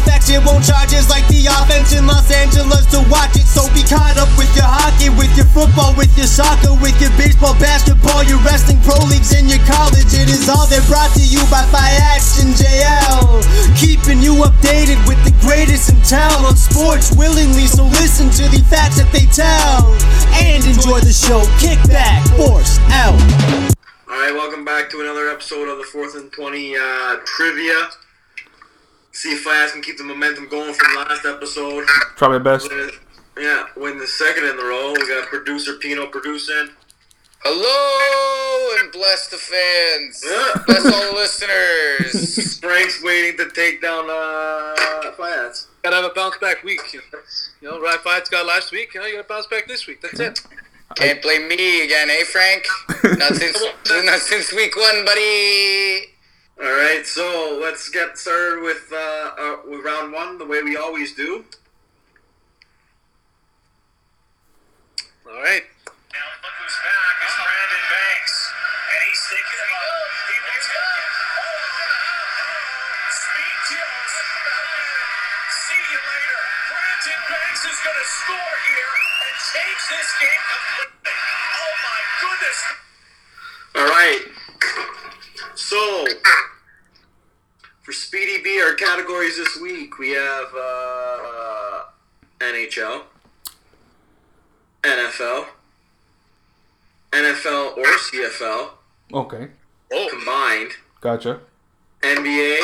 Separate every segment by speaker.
Speaker 1: facts. It won't charge us like the offense in Los Angeles to watch it. So be caught up with your hockey, with your football, with your soccer, with your baseball, basketball, your wrestling, pro leagues, and your college. It is all they're brought to you by Fiats and JL. Keeping you updated with the greatest in town on sports willingly. So listen to the facts that they tell and enjoy the show. Kick back, force out.
Speaker 2: All right, welcome back to another episode of the Fourth and Twenty uh, Trivia. See if I can keep the momentum going from last episode.
Speaker 3: Try my best.
Speaker 2: Yeah, win the second in the row. We got producer Pino producing.
Speaker 4: Hello and bless the fans.
Speaker 2: Yeah.
Speaker 4: Bless all the listeners.
Speaker 2: Frank's waiting to take down uh, Fiats.
Speaker 5: Gotta have a bounce back week. You know, That's- you know Ryan Fiat's got last week. You know, you gotta bounce back this week. That's it.
Speaker 4: Can't blame me again, eh, Frank? Not since not since week one, buddy.
Speaker 2: All right, so let's get started with uh, uh, with round one the way we always do.
Speaker 5: All right.
Speaker 6: Now look who's back is Brandon Banks, and he's thinking about he wants to Speed Jones. See you later. Brandon Banks is going to score here and change this game completely. Oh my goodness!
Speaker 2: All right. So for Speedy B, our categories this week we have uh, NHL, NFL, NFL or CFL
Speaker 3: Okay.
Speaker 2: Oh, combined,
Speaker 3: Gotcha.
Speaker 2: NBA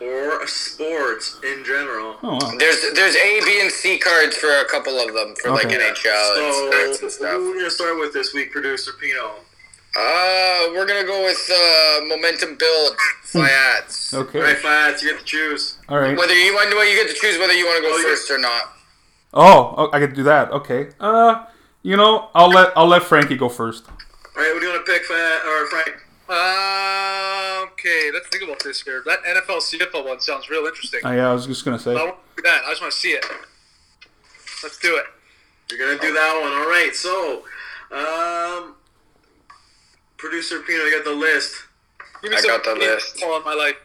Speaker 2: or sports in general.
Speaker 3: Oh wow.
Speaker 4: There's there's A, B, and C cards for a couple of them for like
Speaker 3: Okay.
Speaker 4: NHL and
Speaker 2: So
Speaker 4: sports and
Speaker 2: who
Speaker 4: stuff.
Speaker 2: we're gonna start with this week, producer Pino.
Speaker 4: Uh, we're gonna go with uh, momentum build
Speaker 2: Hmm.
Speaker 4: Fiats.
Speaker 2: All right,
Speaker 3: Okay.
Speaker 2: Fiats, you get to choose.
Speaker 3: All right.
Speaker 4: Whether you want to, you get to choose whether you want to
Speaker 2: Oh,
Speaker 4: go
Speaker 2: yeah.
Speaker 4: first or not.
Speaker 3: Oh, oh, I could do that. Okay. Uh, you know, I'll let I'll let Frankie go first.
Speaker 2: All right, what do you want to pick, Fiat or Frank?
Speaker 5: Uh, okay, let's think about this here. That NFL CFL one sounds real interesting.
Speaker 3: Uh, yeah, I was just gonna say.
Speaker 5: I want to do that. I just want to see it. Let's do it.
Speaker 2: You're gonna do that one, all right? So, um, producer Pino, you got the list.
Speaker 5: Give me
Speaker 4: I
Speaker 5: some
Speaker 4: got the list.
Speaker 5: All in my life.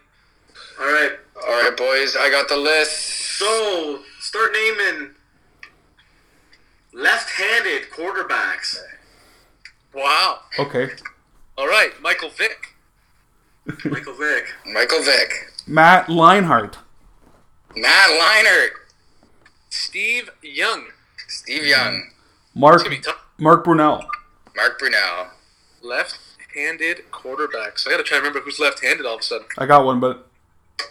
Speaker 2: All right.
Speaker 4: All right, boys, I got the list.
Speaker 2: So, start naming left-handed quarterbacks.
Speaker 5: Wow.
Speaker 3: Okay.
Speaker 5: All right, Michael Vick.
Speaker 2: Michael Vick,
Speaker 4: Michael Vick,
Speaker 3: Matt Leinhardt.
Speaker 4: Matt Leinart,
Speaker 5: Steve Young.
Speaker 3: Hmm.
Speaker 4: Steve Young,
Speaker 3: Mark
Speaker 5: It's gonna be tough.
Speaker 3: Mark Brunell.
Speaker 4: Mark Brunell.
Speaker 5: Left-handed quarterbacks. I gotta try to remember who's left-handed all of a sudden.
Speaker 3: I got one, but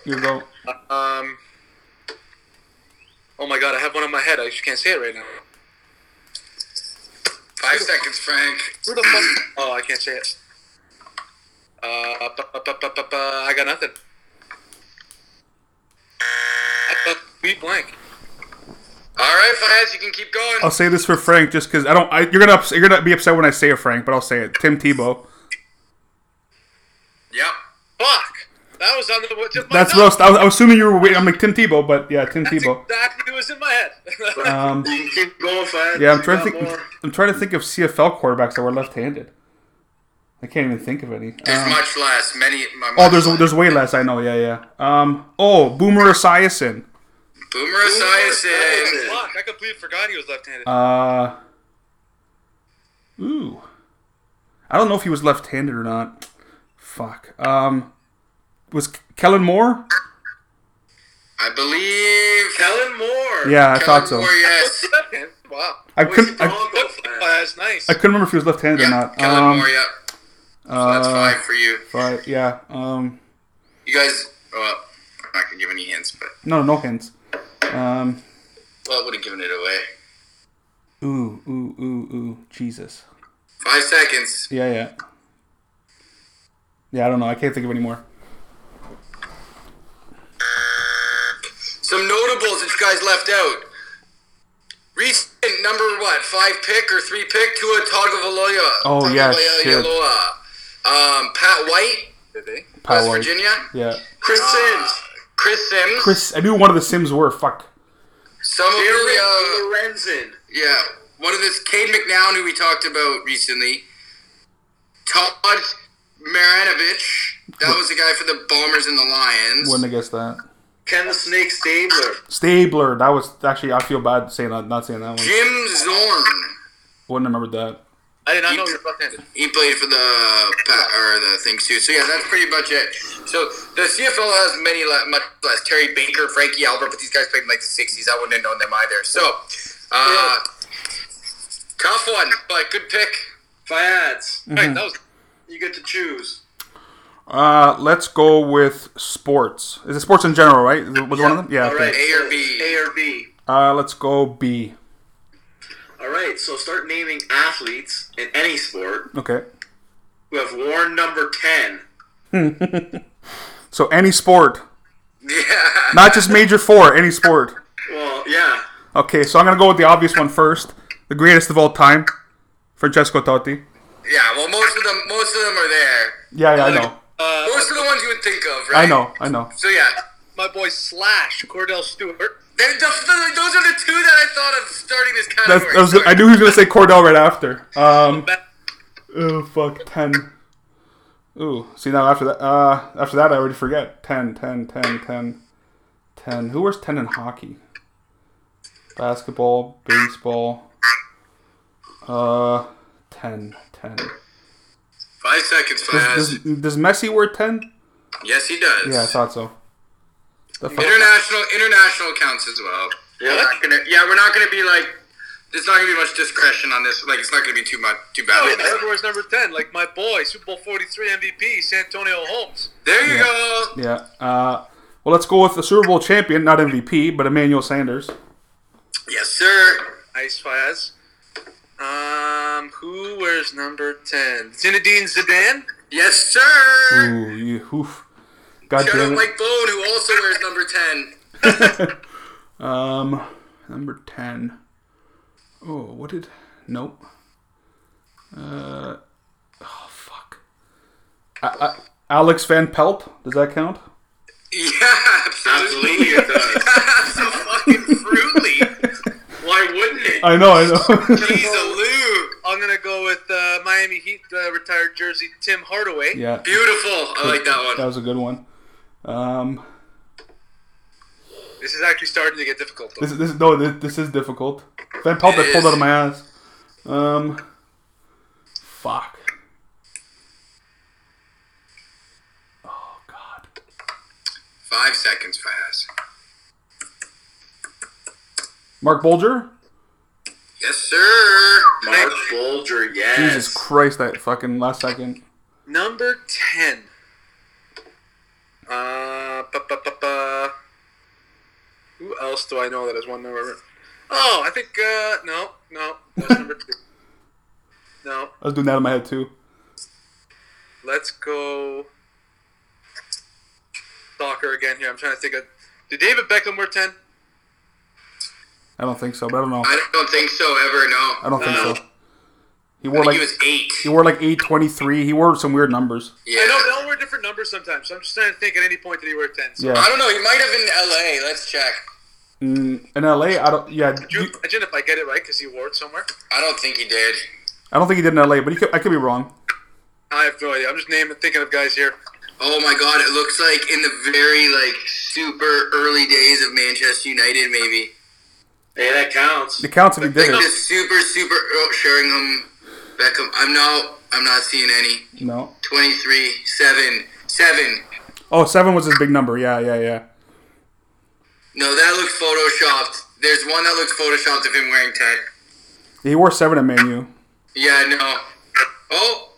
Speaker 3: you go.
Speaker 5: Um. Oh my God, I have one in my head. I just can't say it right now.
Speaker 4: Five seconds, Frank.
Speaker 5: Who the fuck? Oh, I can't say it. Uh, bu- bu- bu- bu- bu- bu- I got nothing. I got complete blank.
Speaker 4: All right, Faz, you can keep going.
Speaker 3: I'll say this for Frank, just because I don't. I, you're gonna ups, you're gonna be upset when I say it, Frank, but I'll say it. Tim Tebow.
Speaker 4: Yep.
Speaker 5: Fuck! That was on the tip of my
Speaker 3: That's
Speaker 5: tongue.
Speaker 3: roast. I was, I was assuming you were waiting. I'm like Tim Tebow, but yeah, Tim
Speaker 5: That's
Speaker 3: Tebow.
Speaker 5: exactly what was in my head.
Speaker 2: you
Speaker 3: Um,
Speaker 2: can keep going, Fiat.
Speaker 3: yeah, I'm
Speaker 2: You
Speaker 3: trying
Speaker 2: got
Speaker 3: to think.
Speaker 2: more.
Speaker 3: I'm trying to think of CFL quarterbacks that were left-handed. I can't even think of any.
Speaker 4: There's
Speaker 3: Um,
Speaker 4: much less. Many. my-
Speaker 3: oh, there's
Speaker 4: much
Speaker 3: there's way less. I know. Yeah, yeah. Um. Oh, Boomer Esiason.
Speaker 4: less. Boomer Esiason.
Speaker 5: Fuck! I completely forgot he was left-handed.
Speaker 3: Uh. Ooh. I don't know if he was left-handed or not. Fuck. Um. Was Kellen Moore?
Speaker 4: I believe.
Speaker 2: Kellen Moore.
Speaker 3: Yeah, I thought so.
Speaker 4: Kellen Moore, yes.
Speaker 5: Left-handed. Wow.
Speaker 3: I
Speaker 2: Boise
Speaker 3: couldn't. I,
Speaker 2: Bronco, Fiat.
Speaker 5: That's nice.
Speaker 3: I couldn't remember if he was left-handed
Speaker 4: Yep,
Speaker 3: or not.
Speaker 4: Kellen
Speaker 3: um,
Speaker 4: Moore, yep. So that's
Speaker 3: uh,
Speaker 4: five for you.
Speaker 3: But yeah. Um.
Speaker 4: You guys. Well, I'm not gonna give any hints, but
Speaker 3: No, no hints. Um.
Speaker 4: well, I would have given it away.
Speaker 3: Ooh, ooh, ooh, ooh. Jesus.
Speaker 4: Five seconds.
Speaker 3: Yeah, yeah. Yeah, I don't know. I can't think of any more.
Speaker 4: Some notables that you guys left out. Recent number what? Five pick or three pick? Tua Tagovailoa.
Speaker 3: Oh, yeah,
Speaker 4: Tagovailoa.
Speaker 3: shit.
Speaker 4: Um, Pat White. Did they? Ah.
Speaker 3: Powell.
Speaker 4: West Virginia?
Speaker 3: Yeah.
Speaker 4: Chris Sims. Chris Sims.
Speaker 3: Chris, I knew one of the Sims were. Fuck.
Speaker 4: Some of the, uh,
Speaker 2: Lorenzen.
Speaker 4: yeah, one of this, Cade McNown, who we talked about recently. Todd Maranovich. That was the guy for the Bombers and the Lions.
Speaker 3: Wouldn't have guessed that.
Speaker 2: Ken the Snake Stabler.
Speaker 3: Stabler. That was actually. I feel bad saying that, not saying that one.
Speaker 4: Jim Zorn.
Speaker 3: Wouldn't have remembered that.
Speaker 5: I did not know you were left-handed.
Speaker 4: He played for the Pa- or the things too. So yeah, that's pretty much it. So the CFL has many le- much less. Terry Baker, Frankie Albert, but these guys played in like the '60s. I wouldn't have known them either. So uh, tough one, but good pick.
Speaker 2: Fayads.
Speaker 3: Mm-hmm.
Speaker 5: Right, that was
Speaker 2: You get to choose.
Speaker 3: Uh, let's go with sports. Is it sports in general, right? Was one of them? Yeah.
Speaker 2: All right.
Speaker 3: Okay.
Speaker 4: A or B?
Speaker 2: A or B.
Speaker 3: Uh, let's go B.
Speaker 2: All right. So start naming athletes in any sport
Speaker 3: Okay.
Speaker 2: who have worn number ten.
Speaker 3: So any sport,
Speaker 4: Yeah,
Speaker 3: not just major four, any sport.
Speaker 2: Well, yeah.
Speaker 3: Okay, so I'm gonna go with the obvious one first. The greatest of all time, Francesco Totti.
Speaker 4: yeah. Well, most of them, most of them are there.
Speaker 3: Yeah, yeah, I know,
Speaker 4: Most of the ones you would think of, right?
Speaker 3: I know, I know.
Speaker 4: So yeah,
Speaker 5: my boy Slash Cordell Stewart.
Speaker 4: They're just- those are the two that I thought of starting this
Speaker 3: That's,
Speaker 4: category.
Speaker 3: I, was, I knew he was gonna say Cordell right after. Um, oh fuck, ten. Ooh, see now after that, uh, after that I already forget. 10, 10, 10, 10, 10. Who wears ten in hockey? Basketball, baseball. Uh, 10, 10.
Speaker 4: Five seconds,
Speaker 3: Does,
Speaker 4: Faz.
Speaker 3: does, does Messi wear ten?
Speaker 4: Yes, he does.
Speaker 3: Yeah, I thought so. The fuck-
Speaker 4: International international counts as well. Yeah, we're not gonna, yeah, we're not gonna be like. There's not gonna be much discretion on this. Like, it's not gonna be too much, too bad.
Speaker 5: Oh, yeah, everywhere's number ten, like my boy, Super Bowl forty three MVP, Santonio Holmes.
Speaker 4: There you go.
Speaker 3: Yeah. Uh, well, let's go with the Super Bowl champion, not MVP, but Emmanuel Sanders.
Speaker 4: Yes, sir.
Speaker 5: Ice Faz. Um, who wears number ten? Zinedine Zidane.
Speaker 4: Yes, sir.
Speaker 3: Ooh, you, oof. God
Speaker 4: Shout out
Speaker 3: damn it.
Speaker 4: Mike Bone, who also wears number ten.
Speaker 3: Um, number ten. Oh, what did? Nope. Uh, oh fuck. I, I, Alex Van Pelt. Does that count?
Speaker 4: Yeah, absolutely.
Speaker 2: Absolutely, it
Speaker 5: uh,
Speaker 2: does.
Speaker 4: Fucking fruity.
Speaker 2: Why wouldn't it?
Speaker 3: I know. I know.
Speaker 4: He's a Lou.
Speaker 5: I'm gonna go with uh, Miami Heat uh, retired jersey Tim Hardaway.
Speaker 3: yeah,
Speaker 4: Beautiful. I like that
Speaker 3: that
Speaker 4: one.
Speaker 3: was a good one. Um,
Speaker 5: This is actually starting to get difficult. Though.
Speaker 3: this, this no, this, this is difficult. Van Pelt, I
Speaker 4: It
Speaker 3: pulled
Speaker 4: is.
Speaker 3: out of my ass. Um, fuck. Oh god.
Speaker 4: Five seconds, Faz.
Speaker 3: Mark Bolger.
Speaker 4: Yes, sir.
Speaker 2: Mark Bulger, yes.
Speaker 3: Jesus Christ, that fucking last second.
Speaker 5: Number ten. Uh, ba ba ba ba. Who else do I know that has one number? Oh, I think uh, no, no, that's number two. No,
Speaker 3: I was doing that in my head too.
Speaker 5: let's go. Soccer again here. I'm trying to think of. Did David Beckham wear ten?
Speaker 3: I don't think so, but I don't know.
Speaker 4: I don't think so ever. No.
Speaker 3: I don't think
Speaker 4: No.
Speaker 3: so. He wore
Speaker 4: I think
Speaker 3: like
Speaker 4: he was eight.
Speaker 3: he wore like eight twenty three. He wore some weird numbers.
Speaker 4: Yeah.
Speaker 5: I know they all wear different numbers sometimes. So I'm just trying to think at any point that he wore ten. So
Speaker 3: Yeah.
Speaker 4: I don't know. He might have in L.A. Let's check.
Speaker 3: Mm, in LA, I don't. Yeah,
Speaker 5: Could you
Speaker 3: you-
Speaker 5: imagine if I get it right because he wore it somewhere?
Speaker 4: I don't think he did.
Speaker 3: I don't think he did in LA, but he could, I could be wrong.
Speaker 5: I have no idea. I'm just naming, thinking of guys here.
Speaker 4: Oh my God! It looks like in the very like super early days of Manchester United, maybe
Speaker 2: Hey, that counts.
Speaker 3: It counts if he
Speaker 4: like
Speaker 3: did
Speaker 4: the
Speaker 3: it.
Speaker 4: super super oh, Sheringham, Beckham. I'm not. I'm not seeing any.
Speaker 3: No.
Speaker 4: Twenty three, seven, seven.
Speaker 3: Oh, seven was his big number. Yeah, yeah, yeah.
Speaker 4: No, that looks photoshopped. There's one that looks photoshopped of him wearing ten.
Speaker 3: He wore seven at Manu.
Speaker 4: Yeah, no. Oh.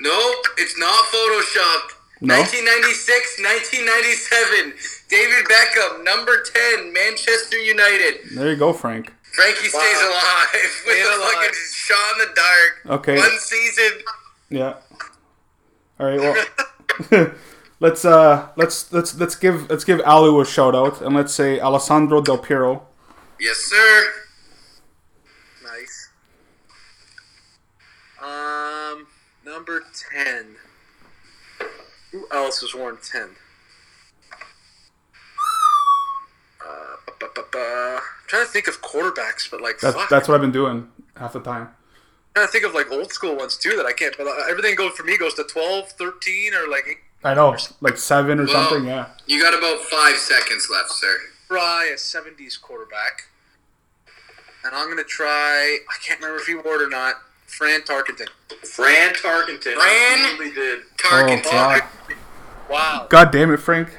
Speaker 4: Nope, it's not photoshopped.
Speaker 3: No?
Speaker 4: 1996, 1997. David Beckham, number 10, Manchester United.
Speaker 3: There you go, Frank.
Speaker 4: Frankie stays alive with
Speaker 5: Stays
Speaker 4: a
Speaker 5: alive.
Speaker 4: fucking shot in the dark.
Speaker 3: Okay.
Speaker 4: One season.
Speaker 3: Yeah. All right. Well, let's uh let's let's let's give let's give Alu a shout out and let's say Alessandro Del Piero.
Speaker 4: Yes, sir.
Speaker 5: Nice. Um, number ten. Who else is worn 10? Uh, bu- bu- bu- I'm trying to think of quarterbacks, but like,
Speaker 3: That's
Speaker 5: fuck.
Speaker 3: that's what I've been doing half the time.
Speaker 5: I'm trying to think of like old school ones too that I can't. But uh, everything goes for me goes to 12, 13, or like
Speaker 3: I know, like seven or
Speaker 4: Well-
Speaker 3: something. Yeah.
Speaker 4: You got about five seconds left, sir.
Speaker 5: try a 70s quarterback. And I'm going to try, I can't remember if he wore it or not, Fran Tarkenton.
Speaker 2: Fran Tarkenton.
Speaker 4: Fran-
Speaker 2: Absolutely did.
Speaker 4: Target.
Speaker 3: Oh, God.
Speaker 5: Wow.
Speaker 3: God damn it, Frank.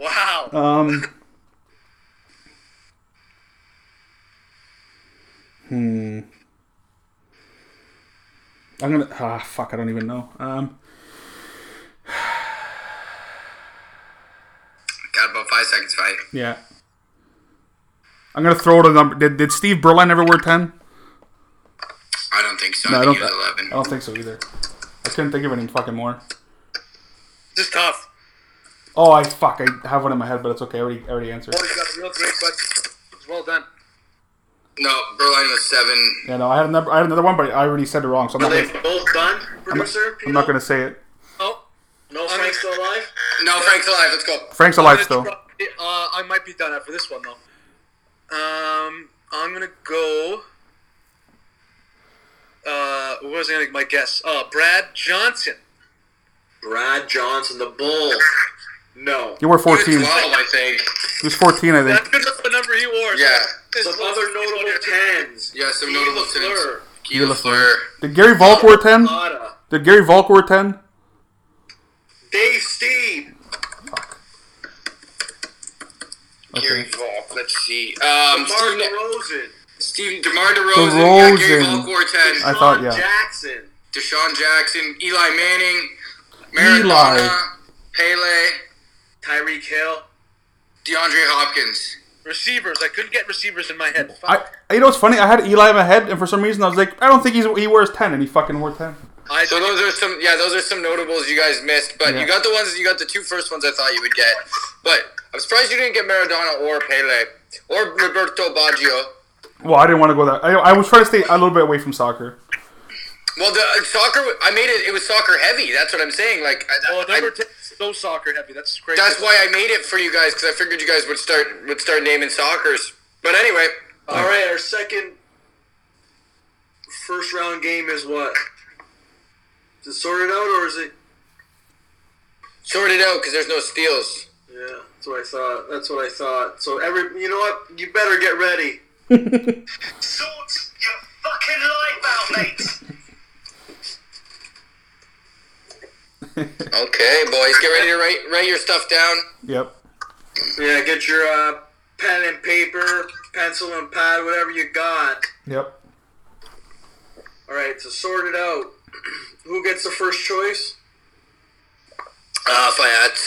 Speaker 5: Wow.
Speaker 3: Um. hmm. I'm gonna. Ah, fuck. I don't even know. Um.
Speaker 4: Got about five seconds, fight.
Speaker 3: Yeah. I'm gonna throw it a number. Did, did Steve Berlin ever wear ten?
Speaker 4: I don't think so.
Speaker 3: No,
Speaker 4: I
Speaker 3: I
Speaker 4: think
Speaker 3: don't.
Speaker 4: he was
Speaker 3: I
Speaker 4: 11.
Speaker 3: don't think so either. I couldn't think of any fucking more.
Speaker 5: This is tough.
Speaker 3: Oh, I fuck. I have one in my head, but it's okay. I already, I already answered.
Speaker 5: Oh, you got a real great question. It's well done.
Speaker 4: No, Berline was seven.
Speaker 3: Yeah, no. I had another. I had another one, but I already said it wrong, so I'm
Speaker 2: Are
Speaker 3: not.
Speaker 2: they
Speaker 3: Gonna,
Speaker 2: both done, producer?
Speaker 3: I'm not gonna say it.
Speaker 5: Oh,
Speaker 2: No, Frank's still alive?
Speaker 4: No, Frank's alive. Let's go.
Speaker 3: Frank's alive still.
Speaker 5: Uh, I might be done after this one, though. Um, I'm going to go. Uh, what was I going to my guess? Uh, Brad Johnson.
Speaker 2: Brad Johnson, the Bull. No.
Speaker 3: You were
Speaker 4: He was
Speaker 3: 14.
Speaker 4: 12, I think.
Speaker 3: He was 14, I
Speaker 5: That's
Speaker 3: think.
Speaker 5: good enough the number he wore. so
Speaker 4: Yeah.
Speaker 5: this
Speaker 2: Some
Speaker 5: is-
Speaker 2: other notable tens.
Speaker 4: Yeah, some
Speaker 2: Guy
Speaker 4: notable things.
Speaker 2: Lafleur,
Speaker 4: Guy Lafleur.
Speaker 3: Did Gary Volk wear 10?
Speaker 5: Uh,
Speaker 2: Lotta,
Speaker 3: Did Gary Volk wear 10?
Speaker 2: Dave Steed.
Speaker 4: Gary Volk. Let's see. Um,
Speaker 2: Mark
Speaker 4: Steve,
Speaker 2: Rosen.
Speaker 4: Steve DeMar DeRozan. Yeah, Gary
Speaker 3: DeRozan.
Speaker 4: Volk wore 10.
Speaker 3: I thought, yeah.
Speaker 2: Jackson.
Speaker 4: Deshaun Jackson. Eli Manning. Maradona. Pele.
Speaker 2: Tyreek Hill.
Speaker 4: DeAndre Hopkins.
Speaker 5: Receivers. I couldn't get receivers in my head. Fuck.
Speaker 3: I, you know what's funny? I had Eli in my head, and for some reason I was like, I don't think he's he wears 10, and he fucking wore 10.
Speaker 5: I
Speaker 4: So those are some, yeah, those are some notables you guys missed. But
Speaker 3: Yeah.
Speaker 4: you got the ones, you got the two first ones I thought you would get. But I'm surprised you didn't get Maradona or Pele or Roberto Baggio.
Speaker 3: Well, I didn't want to go that. I, I was trying to stay a little bit away from soccer.
Speaker 4: Well, the uh, soccer, I made it. It was soccer heavy. That's what I'm saying. Like, I,
Speaker 5: Well,
Speaker 4: I-
Speaker 5: number ten, is so soccer heavy. That's crazy.
Speaker 4: that's why I made it for you guys because I figured you guys would start would start naming soccer's. But anyway,
Speaker 2: All right, our second first round game is what? Is it sorted out or is it?
Speaker 4: sort it out because there's no steals.
Speaker 2: Yeah, that's what I thought. That's what I thought. So every, you know what? You better get ready.
Speaker 6: Sort your fucking life out, mate.
Speaker 4: Okay, boys, get ready to write write your stuff down.
Speaker 3: Yep.
Speaker 2: Yeah, get your uh, pen and paper, pencil and pad, whatever you got.
Speaker 3: Yep.
Speaker 2: All right, so sort it out. Who gets the first choice?
Speaker 4: Uh, Fayette.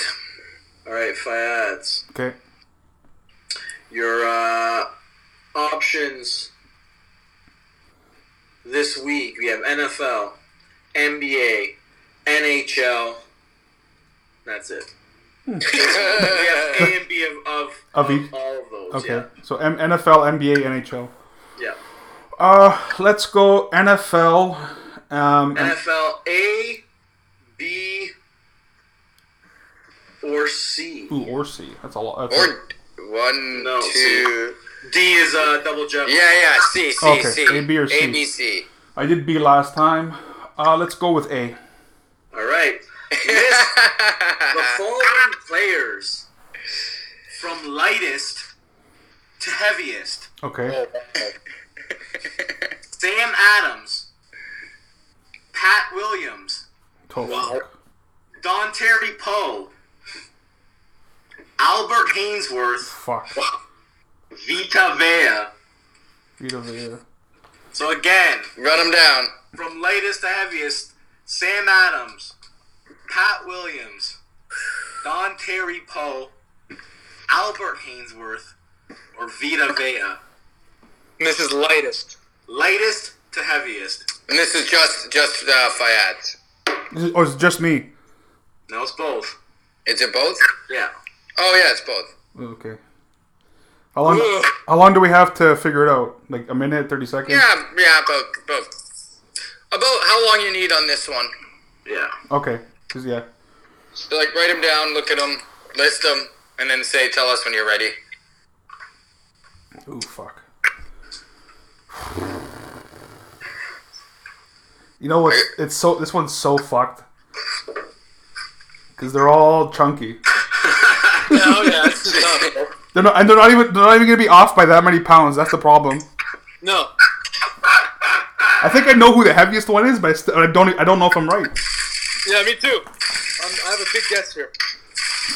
Speaker 2: All right, Fayad's.
Speaker 3: Okay.
Speaker 2: Your uh, options this week we have NFL, NBA, NHL. That's it. we have A and B of, of,
Speaker 3: Hmm. Of
Speaker 2: of
Speaker 3: each-
Speaker 2: all of those.
Speaker 3: Okay.
Speaker 2: Yeah.
Speaker 3: So M- NFL, NBA, NHL.
Speaker 2: yeah.
Speaker 3: Uh, let's go NFL. Um, and-
Speaker 2: NFL A, B, or C.
Speaker 3: ooh, or C. That's a lot. That's a-
Speaker 4: Or one,
Speaker 2: No,
Speaker 4: two.
Speaker 2: C. D is uh, double jump.
Speaker 4: Yeah, yeah, C, C,
Speaker 3: Okay,
Speaker 4: C.
Speaker 3: A, B, or C?
Speaker 4: A, B, C.
Speaker 3: I did B last time. Uh, let's go with A.
Speaker 2: All right. List the following players from lightest to heaviest.
Speaker 4: Oh,
Speaker 3: Okay.
Speaker 2: Sam Adams, Pat Williams,
Speaker 3: Cool.
Speaker 2: Don Terry Poe, Albert Hainsworth,
Speaker 3: Fuck.
Speaker 2: Vita Vea.
Speaker 3: Feet over here.
Speaker 2: So again,
Speaker 4: Run them down.
Speaker 2: from lightest to heaviest, Sam Adams, Pat Williams, Don Terry Poe, Albert Hainsworth, or Vita Vea.
Speaker 5: this is lightest.
Speaker 2: Lightest to heaviest.
Speaker 4: And this is just just uh, Fayette.
Speaker 3: This is- oh, it's just me.
Speaker 2: No, it's both.
Speaker 4: Is it both?
Speaker 2: Yeah.
Speaker 4: Oh yeah, it's both.
Speaker 3: Okay. How long? How long do we have to figure it out? Like a minute, thirty seconds.
Speaker 4: Yeah, yeah, about about about how long you need on this one.
Speaker 2: Yeah.
Speaker 3: Okay. 'Cause, yeah.
Speaker 4: So like write them down, look at them, list them, and then say, "Tell us when you're ready."
Speaker 3: Ooh, fuck. You know what? It's so this one's so fucked because they're all chunky.
Speaker 5: Oh yeah, it's tough.
Speaker 3: They're not, and they're not even they're not even gonna be off by that many pounds. That's the problem.
Speaker 5: No,
Speaker 3: I think I know who the heaviest one is, but I, st- I don't I don't know if I'm right.
Speaker 5: yeah, me too. I'm, I have a big guess here.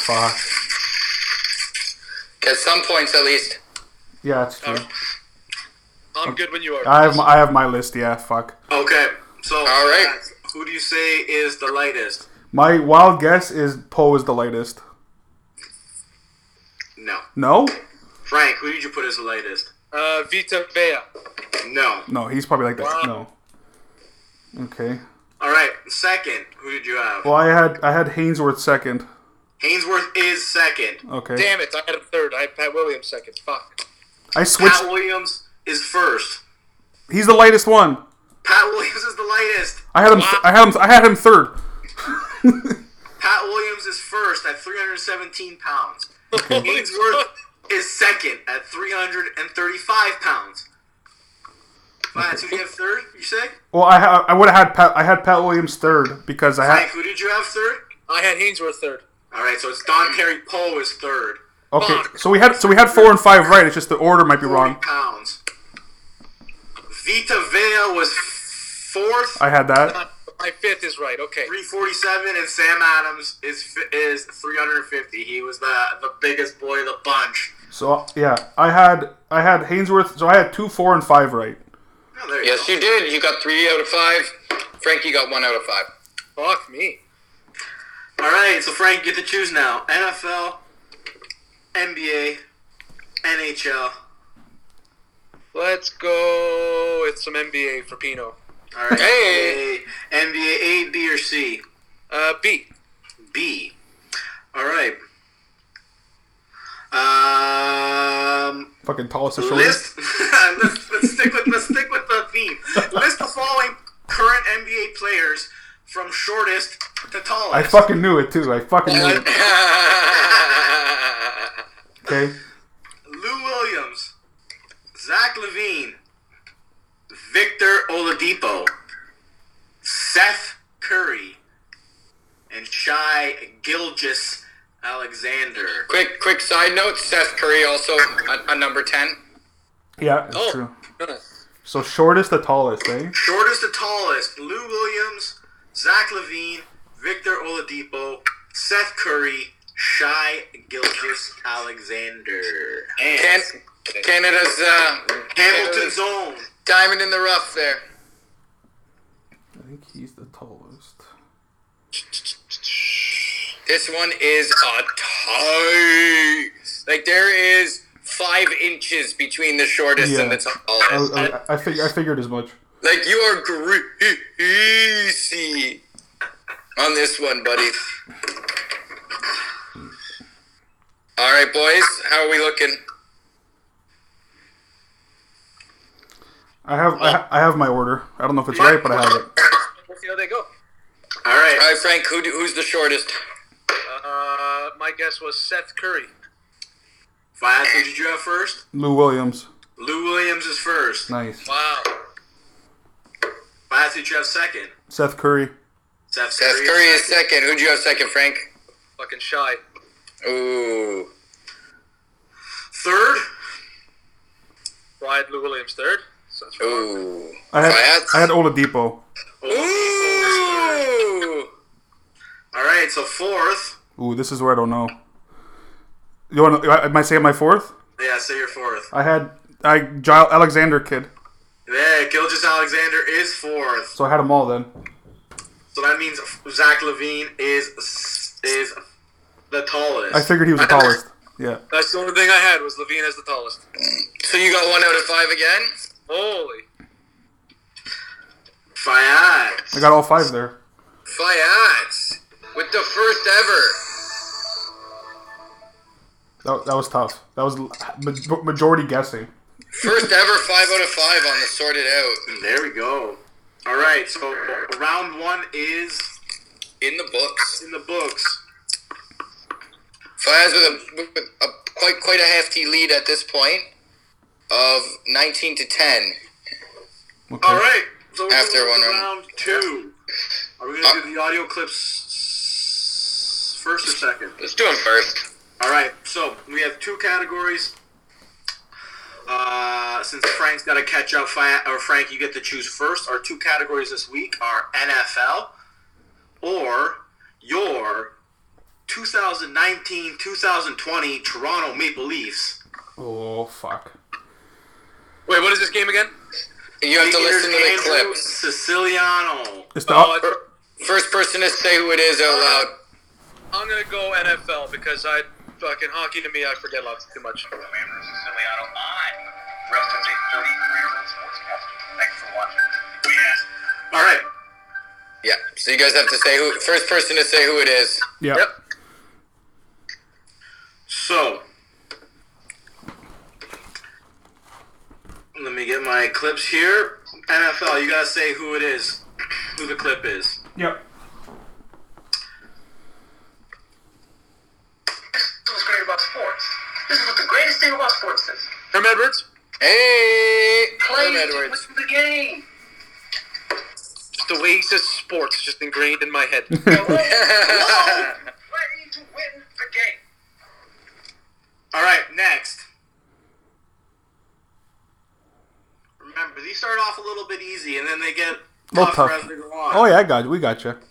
Speaker 3: Fuck.
Speaker 4: At some points, at least.
Speaker 3: Yeah, it's true.
Speaker 5: I'm good when you are.
Speaker 3: I have my, I have my list. Yeah, fuck.
Speaker 2: Okay, so
Speaker 4: All right.
Speaker 2: who do you say is the lightest?
Speaker 3: My wild guess is Poe is the latest.
Speaker 2: No.
Speaker 3: No,
Speaker 2: Frank, who did you put as the lightest?
Speaker 5: Uh, Vita Vea.
Speaker 2: No.
Speaker 3: no, he's probably like that. No. Okay.
Speaker 2: All right. Second, who did you have?
Speaker 3: Well, I had I had Hainsworth second.
Speaker 2: Hainsworth is second.
Speaker 3: Okay.
Speaker 5: Damn it! I had him third. I had Pat Williams second. Fuck.
Speaker 3: I switched.
Speaker 2: Pat Williams is first.
Speaker 3: He's the latest one.
Speaker 2: Pat Williams is the lightest.
Speaker 3: I had him. I had him. I had him third.
Speaker 2: Pat Williams is first at 317 pounds. Hainsworth is second at 335 pounds. Matt, who did you have third? You say?
Speaker 3: Well, I ha- I would have had Pat. I had Pat Williams third because I
Speaker 2: Frank,
Speaker 3: had.
Speaker 2: who did you have third?
Speaker 5: I had Hainsworth third.
Speaker 2: All right, so it's Don Terry Poe is third.
Speaker 3: Mm. Okay, so we had so we had four and five right. It's just the order might be
Speaker 2: 40
Speaker 3: wrong.
Speaker 2: pounds. Vita Vea was fourth,
Speaker 3: I had that.
Speaker 5: My fifth is right. Okay.
Speaker 2: 347, and Sam Adams is fi- is 350. He was the, the biggest boy of the bunch.
Speaker 3: So yeah, I had I had Hainsworth. So I had two, four, and five right.
Speaker 2: Oh, there you
Speaker 4: Yes,
Speaker 2: go.
Speaker 4: you did. You got three out of five. Frankie got one out of five.
Speaker 5: Fuck me.
Speaker 2: All right, so Frank, you get to choose now. NFL, NBA, NHL.
Speaker 5: Let's go with some NBA for Pino.
Speaker 2: All right.
Speaker 4: Hey.
Speaker 2: NBA, NBA A, B, or C?
Speaker 5: Uh, B.
Speaker 2: B. All right. Um,
Speaker 3: Fucking tallest of shoulders.
Speaker 2: List. let's, let's stick with let's stick with the theme. List the following current NBA players from shortest to tallest.
Speaker 3: I fucking knew it too. I fucking knew it. Okay.
Speaker 2: Lou Williams, Zach Levine, Victor Oladipo, Seth Curry, and Shai Gilgis Alexander.
Speaker 4: quick, quick side note: Seth Curry also a, a number ten.
Speaker 3: Yeah, it's
Speaker 5: Oh.
Speaker 3: true.
Speaker 5: Goodness.
Speaker 3: So shortest to tallest, eh?
Speaker 2: Shortest to tallest, Lou Williams, Zach Levine, Victor Oladipo, Seth Curry, Shai Gilgis Alexander. And
Speaker 4: Can- Canada's uh,
Speaker 2: Hamilton's own.
Speaker 4: diamond in the rough there.
Speaker 3: I think he's the tallest.
Speaker 4: This one is a tie. Like there is five inches between the shortest and the
Speaker 3: Yeah.
Speaker 4: tallest.
Speaker 3: I, I, I, fig- I figured as much.
Speaker 4: like you are greasy on this one, buddy. All right, boys, how are we looking?
Speaker 3: I have I, ha- I have my order. I don't know if it's right, but I have it.
Speaker 5: Let's see how they go.
Speaker 2: All right.
Speaker 4: All right, Frank, who do, who's the shortest?
Speaker 5: Uh, my guess was Seth Curry.
Speaker 2: Five, who did you have first?
Speaker 3: Lou Williams.
Speaker 2: Lou Williams is first.
Speaker 3: Nice.
Speaker 5: Wow.
Speaker 2: Five, who did you have second?
Speaker 3: Seth Curry.
Speaker 2: Seth
Speaker 4: Seth
Speaker 2: Curry.
Speaker 4: Curry is second. Who do you have second, Frank?
Speaker 5: Fucking shy.
Speaker 4: Ooh,
Speaker 2: Third?
Speaker 5: Ryan Lou Williams third. So that's wrong.
Speaker 4: ooh,
Speaker 3: I had
Speaker 4: Fiat?
Speaker 3: I had Oladipo.
Speaker 4: ooh.
Speaker 2: All right, so fourth.
Speaker 3: Ooh, this is where I don't know. You want? to Am I saying my fourth?
Speaker 2: Yeah, say you're fourth.
Speaker 3: I had I Gile Alexander kid,
Speaker 2: Yeah, Gilgis Alexander is fourth.
Speaker 3: so I had them all then.
Speaker 2: So that means Zach Levine is is the tallest.
Speaker 3: I figured he was the tallest. Yeah.
Speaker 5: That's the only thing I had was Levine as the tallest.
Speaker 4: So you got one out of five again.
Speaker 5: Holy.
Speaker 3: I
Speaker 2: Fiat.
Speaker 3: got all five there.
Speaker 4: Fiat with the first ever.
Speaker 3: That, that was tough. That was ma- majority guessing.
Speaker 4: First ever five out of five on the sorted out
Speaker 2: There we go. All right, so round one is
Speaker 4: in the books.
Speaker 2: in the books.
Speaker 4: Flyers with a, with a quite quite a hefty lead at this point of 19 to 10.
Speaker 3: Okay.
Speaker 2: All right. So we're
Speaker 4: After
Speaker 2: going
Speaker 4: one
Speaker 2: to
Speaker 4: round. Uh,
Speaker 2: round two. Are we going to do the audio clips first or second?
Speaker 4: Let's do them first.
Speaker 2: All right. So we have two categories. Uh, since Frank's got to catch up, Fi- or Frank, you get to choose first. Our two categories this week are NFL or your 2019-2020 Toronto Maple Leafs.
Speaker 3: Oh fuck.
Speaker 5: Wait, what is this game again?
Speaker 4: You have to listen to the
Speaker 2: Andrew
Speaker 4: clips.
Speaker 2: Siciliano.
Speaker 3: It's the
Speaker 5: Oh, I-
Speaker 4: First person to say who it is out loud.
Speaker 5: I'm gonna go NFL because I fucking hockey to me I forget lots too much.
Speaker 6: Andrew Siciliano. I'm dressed as a 33 year old sportscaster. Thanks for watching. Yes.
Speaker 2: All right.
Speaker 4: Yeah. So you guys have to say who. First person to say who it is.
Speaker 3: yeah.
Speaker 5: Yep.
Speaker 2: So, let me get my clips here. NFL, you gotta say who it is, who the clip is.
Speaker 3: Yep.
Speaker 6: What's great about sports? This is what the greatest thing about sports is.
Speaker 5: Herm Edwards.
Speaker 4: Hey, Herm
Speaker 6: Play to
Speaker 4: Edwards.
Speaker 6: win the game.
Speaker 5: Just the way he says sports is just ingrained in my head.
Speaker 6: Play to win the game.
Speaker 2: All right, next. Remember, these start off a little bit easy, and then they get
Speaker 3: Little
Speaker 2: tougher
Speaker 3: tough.
Speaker 2: as they go on.
Speaker 3: Oh yeah, I got you. We got you.
Speaker 6: You like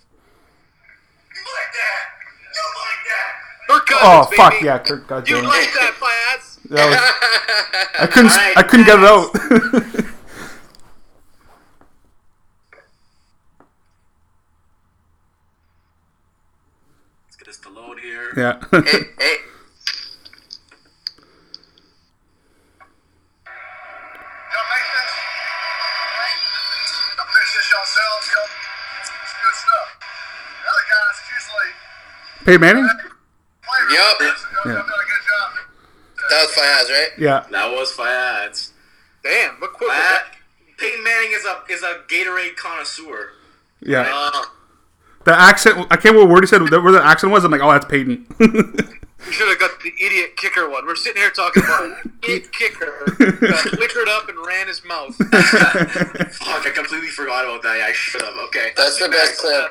Speaker 6: that? You
Speaker 5: Kirk
Speaker 6: like that?
Speaker 5: Cousins,
Speaker 3: Oh fuck
Speaker 5: baby.
Speaker 3: yeah, Kirk. God
Speaker 5: You
Speaker 3: damn it.
Speaker 5: like that, Fias?
Speaker 3: That was, I couldn't. I couldn't get it out.
Speaker 2: Let's get us to load here.
Speaker 3: yeah.
Speaker 4: Hey, hey.
Speaker 6: Don't make sense. Don't fix this yourselves. Go. It's good stuff. The other guys is usually
Speaker 3: Peyton Manning.
Speaker 6: playing.
Speaker 4: Yup.
Speaker 6: They've done a good job.
Speaker 4: That was Fayaz, right?
Speaker 3: Yeah.
Speaker 2: That was Fayad's.
Speaker 5: Damn, look quick. with
Speaker 2: Fayad,
Speaker 5: that.
Speaker 2: Peyton Manning is a is a Gatorade connoisseur.
Speaker 3: Yeah.
Speaker 2: Uh,
Speaker 3: The accent. I can't remember what word he said. Where the accent was. I'm like, oh, that's Peyton.
Speaker 5: You should have got the idiot kicker one. We're sitting here talking about an idiot kicker that liquored up and ran his mouth.
Speaker 2: fuck, I completely forgot about that. Yeah, I should have. Okay.
Speaker 4: That's the best clip.
Speaker 6: And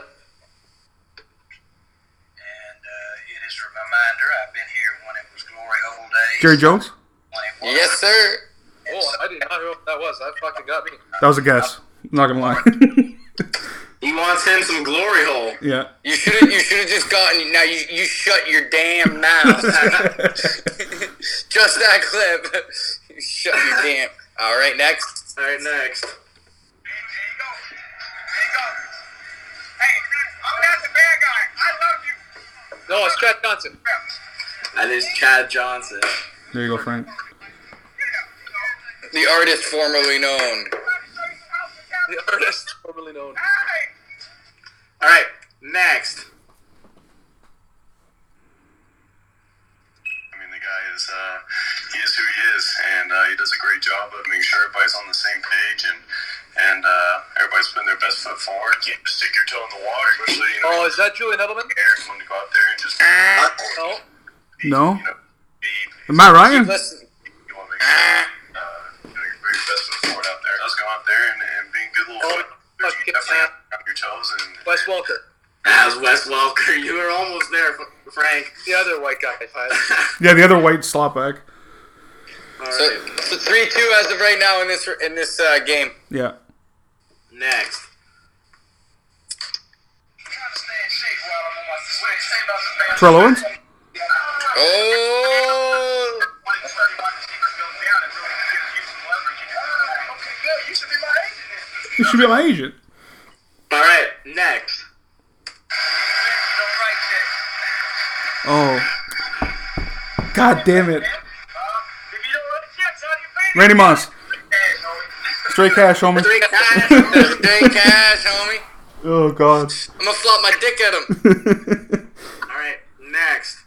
Speaker 6: uh, it is a reminder. I've been here when it was glory old days.
Speaker 3: Jerry Jones.
Speaker 6: When it was
Speaker 4: Yes, sir.
Speaker 5: Oh, I did not know what that was. That fucking got me.
Speaker 3: That was a guess. not gonna lie.
Speaker 2: He wants him some glory hole.
Speaker 3: yeah.
Speaker 4: You should have. You should have just gotten. Now you. You shut your damn mouth. just that clip. You shut your damn. All right, next.
Speaker 2: All right, next.
Speaker 6: There you go. There you go. Hey, I'm not the bad guy. I love you.
Speaker 5: No, it's Chad Johnson.
Speaker 2: That is Chad Johnson.
Speaker 3: There you go, Frank.
Speaker 4: The artist formerly known.
Speaker 5: The artist formerly known.
Speaker 2: All right, next.
Speaker 6: I mean, the guy is, uh, he is who he is, and uh, he does a great job of making sure everybody's on the same page and and uh, everybody's putting their best foot forward. You can't just stick your toe in the water, especially you
Speaker 5: Oh,
Speaker 6: know,
Speaker 5: is that Julian Edelman?
Speaker 6: air, when to go out there and just. you
Speaker 5: No.
Speaker 3: No.
Speaker 6: know, be-
Speaker 3: Matt Ryan.
Speaker 4: Listen.
Speaker 6: you want to make sure, uh, doing your very best foot forward out there. Just go out there and, and being good little
Speaker 5: Oh,
Speaker 6: foot. You
Speaker 5: fuck, get that.
Speaker 6: definitely have to count your toes and.
Speaker 5: Wes Walker.
Speaker 2: That was Wes Welker. You were almost there, F- Frank.
Speaker 5: The other white guy. Fias.
Speaker 3: Yeah, the other white slotback.
Speaker 2: All
Speaker 4: So,
Speaker 2: right,
Speaker 4: so three two as of right now in this in this uh, game.
Speaker 3: Yeah.
Speaker 2: next.
Speaker 6: trying to stay in shape while I'm on my
Speaker 3: Terrell
Speaker 6: switch. Say about the family.
Speaker 3: Owens?
Speaker 4: Oh.
Speaker 6: Okay, good. You should be my agent. then.
Speaker 3: You should be my agent.
Speaker 2: All right, next.
Speaker 6: Don't write checks.
Speaker 3: Oh. God damn it.
Speaker 6: Huh? If you don't write checks, how do you pay
Speaker 3: Randy Moss.
Speaker 6: Cash, homie.
Speaker 3: Straight cash, homie.
Speaker 2: Three guys.
Speaker 4: Straight cash, homie.
Speaker 3: Oh God.
Speaker 4: I'm gonna flop my dick at him.
Speaker 2: All right, next.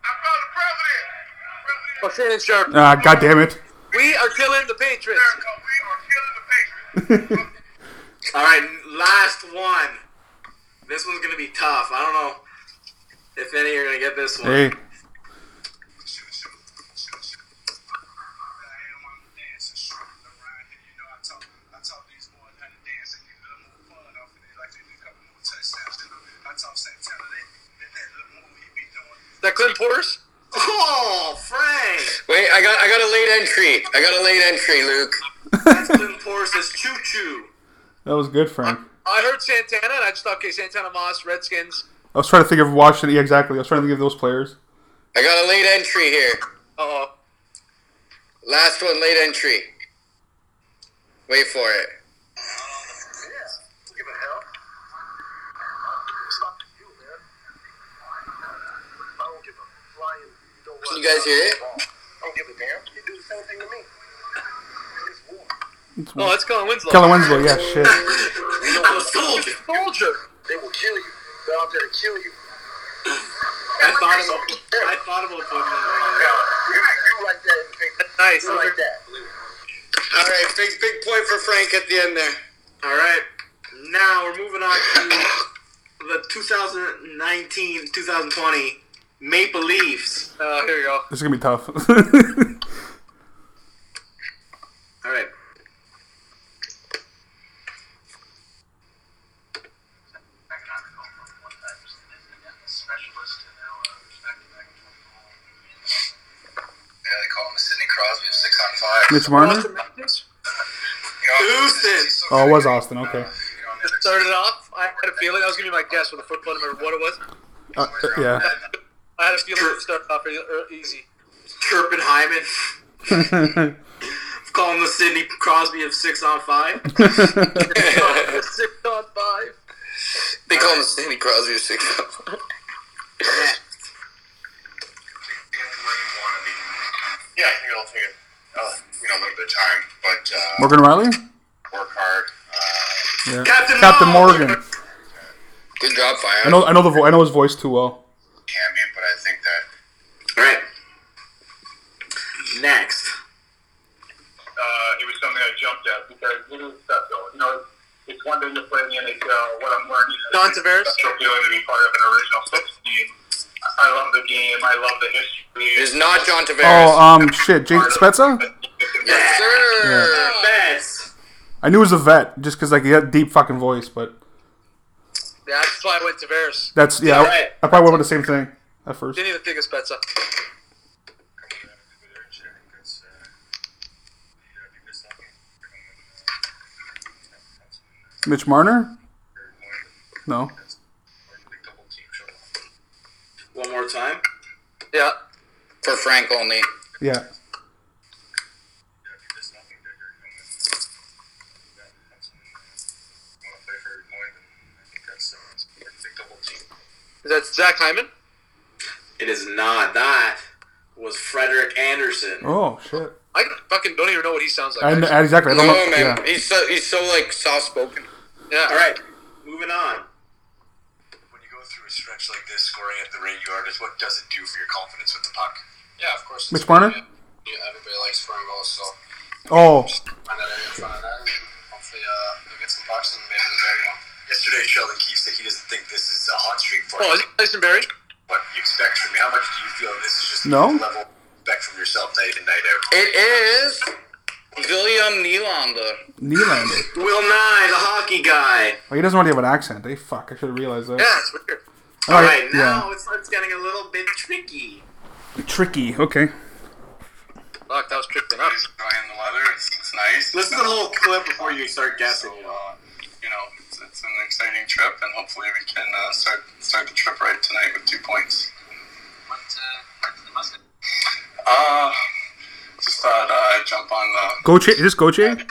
Speaker 6: I found the president.
Speaker 5: Oh, Shannon Sharp.
Speaker 3: Ah, God damn it.
Speaker 5: We are killing the Patriots.
Speaker 6: America, we are killing the Patriots.
Speaker 2: All right, n- last one. This one's gonna be tough. I don't know if any are gonna get this one.
Speaker 3: Hey,
Speaker 5: that Glenn Porter's?
Speaker 2: Oh, Frank!
Speaker 4: Wait, I got I got a late entry. I got a late entry, Luke.
Speaker 2: That's Glenn Porter's Choo Choo.
Speaker 3: That was good, Frank.
Speaker 5: I heard Santana, and I just thought, okay, Santana Moss, Redskins.
Speaker 3: I was trying to think of Washington. Yeah, exactly. I was trying to think of those players.
Speaker 4: I got a late entry here.
Speaker 5: Uh-oh.
Speaker 4: Last one, late entry. Wait for it.
Speaker 6: Give a hell. It's not to you, man. I don't give a flying. You know
Speaker 4: Can you guys hear it?
Speaker 6: I don't give a damn. You do the same thing to me. It's war.
Speaker 5: Oh, that's Colin Winslow.
Speaker 3: Kellen Winslow. Yeah, shit.
Speaker 2: I'm a soldier.
Speaker 5: Soldier.
Speaker 6: They will kill you. They're out there to kill you.
Speaker 2: I thought about, I thought about putting that
Speaker 6: You you like that in paper.
Speaker 5: Nice. Uh,
Speaker 6: You like that.
Speaker 4: All right, big big point for Frank at the end there.
Speaker 2: in. All right. Now we're moving on to the 2019-2020 Maple Leafs.
Speaker 5: Uh, here we go.
Speaker 3: This is gonna be tough.
Speaker 2: All right.
Speaker 6: Yeah, they call him the Sidney Crosby of six on five.
Speaker 3: Mitch Marner.
Speaker 5: Austin Matthews
Speaker 2: Houston.
Speaker 3: Oh, it was Austin. Okay.
Speaker 5: just started off. I had a feeling. That was going to be my guess with the football. I don't remember what it was.
Speaker 3: Uh, yeah.
Speaker 5: I had a feeling it started off e- er, easy.
Speaker 2: Chirpin Hyman. Call him the Sidney Crosby of six on five.
Speaker 5: Six on five.
Speaker 4: They call him Sandy Crosby of six.
Speaker 6: Yeah, I think it'll take uh, you know a little bit of time, but uh,
Speaker 3: Morgan Riley.
Speaker 6: work hard. Uh,
Speaker 3: Yeah.
Speaker 2: Captain
Speaker 3: Captain
Speaker 2: Morgan.
Speaker 3: Morgan.
Speaker 4: Good job,
Speaker 3: I
Speaker 4: Fire.
Speaker 3: know. I know the. Vo- I know his voice too well.
Speaker 6: can be, but I think that
Speaker 2: All right. Next.
Speaker 6: uh, it was something I jumped at because it is special. You know, it's one thing to play in the NHL. What I'm learning is
Speaker 5: Don
Speaker 6: it's
Speaker 5: Tavares?
Speaker 6: a special feeling to be part of an original six team. I love the game. I love the
Speaker 4: It
Speaker 6: history.
Speaker 4: is not John Tavares.
Speaker 3: Oh, um, shit. Jake Spezza.
Speaker 4: yes, sir.
Speaker 2: Best.
Speaker 3: I knew he was a vet just because like he had deep fucking voice, but
Speaker 5: Yeah, that's why I went to Veris.
Speaker 3: that's yeah. I-
Speaker 2: right.
Speaker 3: I probably went with the same thing at first.
Speaker 5: Didn't even think of Spezza.
Speaker 3: Mitch Marner. No.
Speaker 2: One more time.
Speaker 5: Yeah.
Speaker 4: For Frank only.
Speaker 3: Yeah.
Speaker 5: Is that Zach Hyman?
Speaker 2: It is not. That was Frederick Anderson.
Speaker 3: Oh shit.
Speaker 5: I fucking don't even know what he sounds like.
Speaker 3: I,
Speaker 5: actually.
Speaker 3: kn- exactly. I
Speaker 4: No,
Speaker 3: don't know.
Speaker 4: man.
Speaker 3: Yeah.
Speaker 4: He's so he's so like soft spoken.
Speaker 5: yeah.
Speaker 2: All right. Moving on.
Speaker 6: When you go through a stretch like this, scoring at the rate you are, is what does it do for your confidence with the puck? Yeah, of course.
Speaker 3: Mitch Marner.
Speaker 6: Yeah, everybody likes scoring goals, so
Speaker 3: Oh.
Speaker 6: find out in front of that. Hopefully, uh, they'll get some pucks and maybe they'll bury one. Yesterday, Sheldon Keefe said he doesn't think this is a hot streak for
Speaker 5: Oh, is
Speaker 6: him.
Speaker 5: it Tyson Berry?
Speaker 6: What you expect from me? How much do you feel this is just
Speaker 3: No.
Speaker 6: the level of respect from yourself night in night out?
Speaker 4: It is William Nylander.
Speaker 3: Nylander.
Speaker 2: Will Nye, the hockey guy.
Speaker 3: Oh, he doesn't really have an accent. They fuck. I should have realized that.
Speaker 5: Yeah, it's weird.
Speaker 3: All
Speaker 2: All
Speaker 3: right,
Speaker 2: right, now
Speaker 3: yeah.
Speaker 2: it's, it's getting a little bit tricky.
Speaker 3: Tricky. Okay.
Speaker 5: Fuck, that was tripping up.
Speaker 6: enjoying the weather. It's, it's nice.
Speaker 2: Listen to the little clip before you start guessing.
Speaker 6: uh, you know, it's, it's an exciting trip, and hopefully we can uh, start start the trip right tonight with two points. What uh, just thought uh, I'd jump on the
Speaker 3: Goche. Is this Goche?
Speaker 6: bandwagon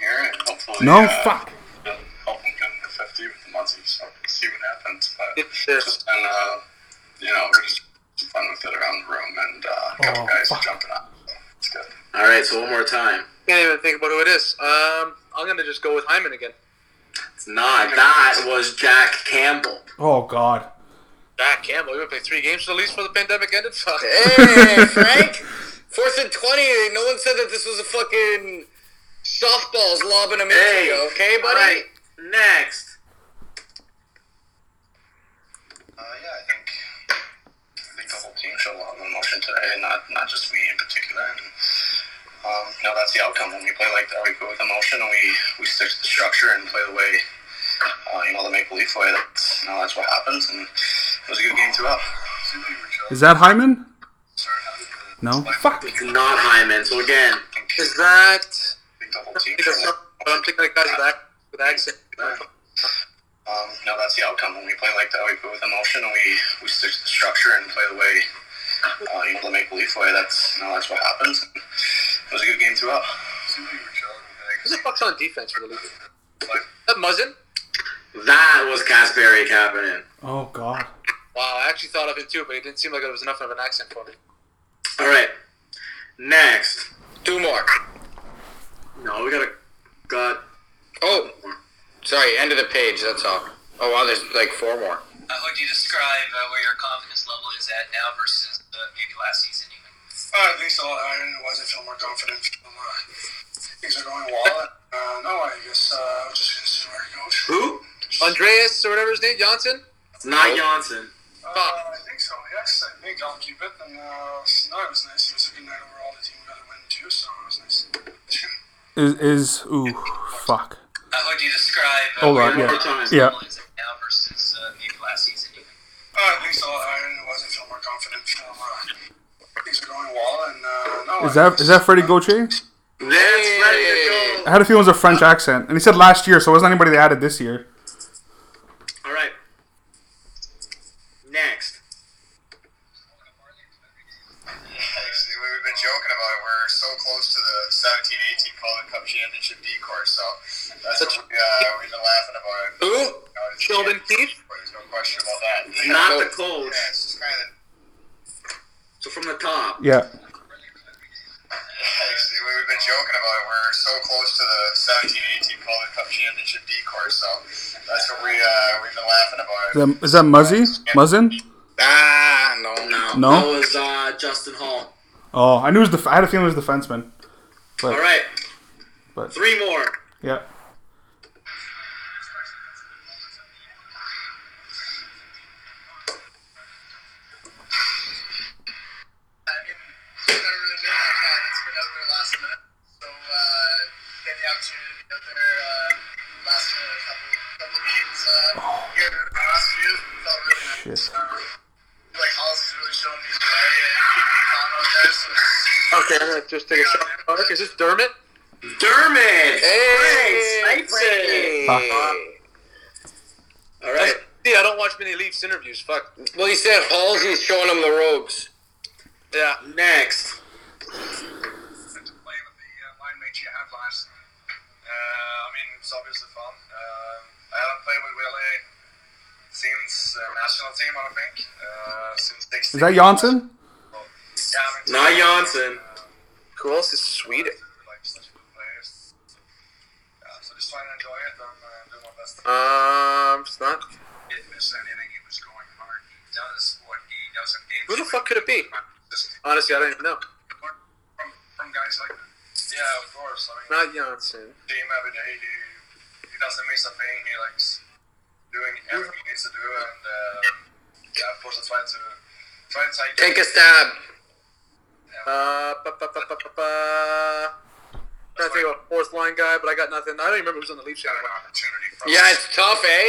Speaker 6: here, and hopefully
Speaker 3: No.
Speaker 6: uh,
Speaker 3: Fuck.
Speaker 6: help them get into fifty with the Muncie. So we'll see what happens. But
Speaker 5: It's just-
Speaker 6: just been, uh, you know, we're just having fun with it around the room, and uh, a couple
Speaker 3: Oh,
Speaker 6: guys
Speaker 3: fuck.
Speaker 6: are jumping up. So it's good.
Speaker 2: All right, so one more time.
Speaker 5: Can't even think about who it is. Um, I'm gonna just go with Hyman again.
Speaker 2: It's not. That was Jack Campbell.
Speaker 3: Oh God.
Speaker 5: Zach Campbell. We've been playing three games for the least for the pandemic ended. Fuck.
Speaker 4: Hey, Frank. Fourth and twenty. No one said that this was a fucking softballs lobbing him
Speaker 2: Hey,
Speaker 4: hey. into you. Okay,
Speaker 2: All
Speaker 4: buddy.
Speaker 2: right, next.
Speaker 6: Uh, yeah, I think I think the whole team showed a lot of emotion today, and not not just me in particular. And, um, you know, that's the outcome when we play like that. We go with emotion, and we we stick to the structure and play the way uh, you know the Maple Leaf way. That's you know that's what happens, and it was a good game throughout. Seemed like you were
Speaker 3: Is that Hyman? No. Fuck.
Speaker 2: Not Hyman. So again,
Speaker 5: Is that?
Speaker 6: think the whole team
Speaker 5: I think
Speaker 6: should
Speaker 5: that's not- But I'm thinking like guys with, ac- with accent.
Speaker 6: Um, no, that's the outcome. When we play like that, we play with emotion, and we, we stick to the structure and play the way, uh, you know, the make believe way. That's no, that's what happens. It was a good game throughout.
Speaker 5: Who's the fuck's on defense for the league? That Uh, Muzzin?
Speaker 2: that was Kasperi happening.
Speaker 3: Oh god.
Speaker 5: Wow, I actually thought of him too, but it didn't seem like it was enough of an accent for me.
Speaker 2: All right, next.
Speaker 4: Two more.
Speaker 2: No, we gotta got.
Speaker 4: Oh, sorry, end of the page. That's all. Oh wow, there's like four more.
Speaker 7: How would you describe uh, where your confidence level is at now versus uh, maybe last season even?
Speaker 6: Uh, at least a lot higher than it was. I feel more confident. Feel, uh, things are going well. Uh, no, I guess uh, I'm just gonna see where it goes.
Speaker 2: Who?
Speaker 5: Andreas or whatever his name, Johnson?
Speaker 2: Not Janssen.
Speaker 6: Uh, I think so. Yes, I think I'll keep it. And uh, no, it was nice. It was a good night overall. The team got a win too, so it was nice.
Speaker 3: Is is ooh fuck.
Speaker 7: How would you describe uh,
Speaker 3: Hold
Speaker 7: where
Speaker 3: on.
Speaker 7: your
Speaker 3: Yeah.
Speaker 7: confidence
Speaker 3: Yeah.
Speaker 7: level is at now versus uh, maybe last season even?
Speaker 6: Uh, at least a lot higher than it was. I feel more confident. Feel, uh, things are going well. And uh, no,
Speaker 3: Is
Speaker 6: I
Speaker 3: that
Speaker 6: guess-
Speaker 3: is that Freddie Gauthier?
Speaker 2: That's ready to
Speaker 3: I
Speaker 2: go.
Speaker 3: had a feeling it was a French accent, and he said last year, so it wasn't anybody they added this year.
Speaker 2: All right, next.
Speaker 6: We've been joking about it. We're so close to the 17 18 College Cup Championship decor, so that's what we, uh, we've been laughing about. It.
Speaker 4: Who?
Speaker 5: Sheldon Keefe?
Speaker 6: There's no question about that.
Speaker 2: Not the coach.
Speaker 6: Yeah, it's just kind of.
Speaker 2: So from the top.
Speaker 3: Yeah.
Speaker 6: We've been joking about it. We're so close to the 17 18 College Cup Championship decor, so that's what we, uh, we've been laughing about.
Speaker 3: Is that, is that Muzzy? Muzzin?
Speaker 4: Ah, no, no.
Speaker 3: No?
Speaker 2: That was uh, Justin Hall.
Speaker 3: Oh, I knew it was the. I had a feeling it was defenseman.
Speaker 2: All right,
Speaker 3: But
Speaker 2: three more.
Speaker 3: yeah. Shit.
Speaker 5: Okay, I'm gonna just take a shot. Mark, Is this Dermot?
Speaker 2: Dermot.
Speaker 4: Hey,
Speaker 2: Frank Sipson.
Speaker 4: Eh.
Speaker 2: All right.
Speaker 5: See, I don't watch many Leafs interviews. Fuck.
Speaker 4: Well, he said Halsey's showing him the ropes.
Speaker 5: Yeah.
Speaker 2: Next.
Speaker 6: to play with the uh, line mates you had last night? Uh, I mean, it's obviously fun. Um I haven't played with Willie since uh, national team, I think. Uh, since 16.
Speaker 3: Is that Janssen?
Speaker 6: Yeah, I mean,
Speaker 2: Not Janssen.
Speaker 5: Who else is Swedish?
Speaker 6: like, such good players. Yeah, so just trying to enjoy it and uh, do my best.
Speaker 5: Um, it's not.
Speaker 6: Didn't miss anything. He was going hard. He does what he does in games.
Speaker 5: Who the fuck could it be?
Speaker 6: Just
Speaker 5: Honestly, I don't even know.
Speaker 6: from, from guys like that. Yeah, of course. I mean,
Speaker 5: Not Johnson.
Speaker 6: team every day. He, he doesn't miss a thing. He likes doing everything he needs to do, and uh, yeah, of course, I try to try to take.
Speaker 4: Take a stab.
Speaker 5: Uh, ba, ba, ba, ba, ba, ba. Trying to think of a fourth line guy, but I got nothing. I don't even remember who's on the Leafs
Speaker 6: an
Speaker 5: anymore.
Speaker 6: opportunity from
Speaker 4: Yeah, it's tough, eh?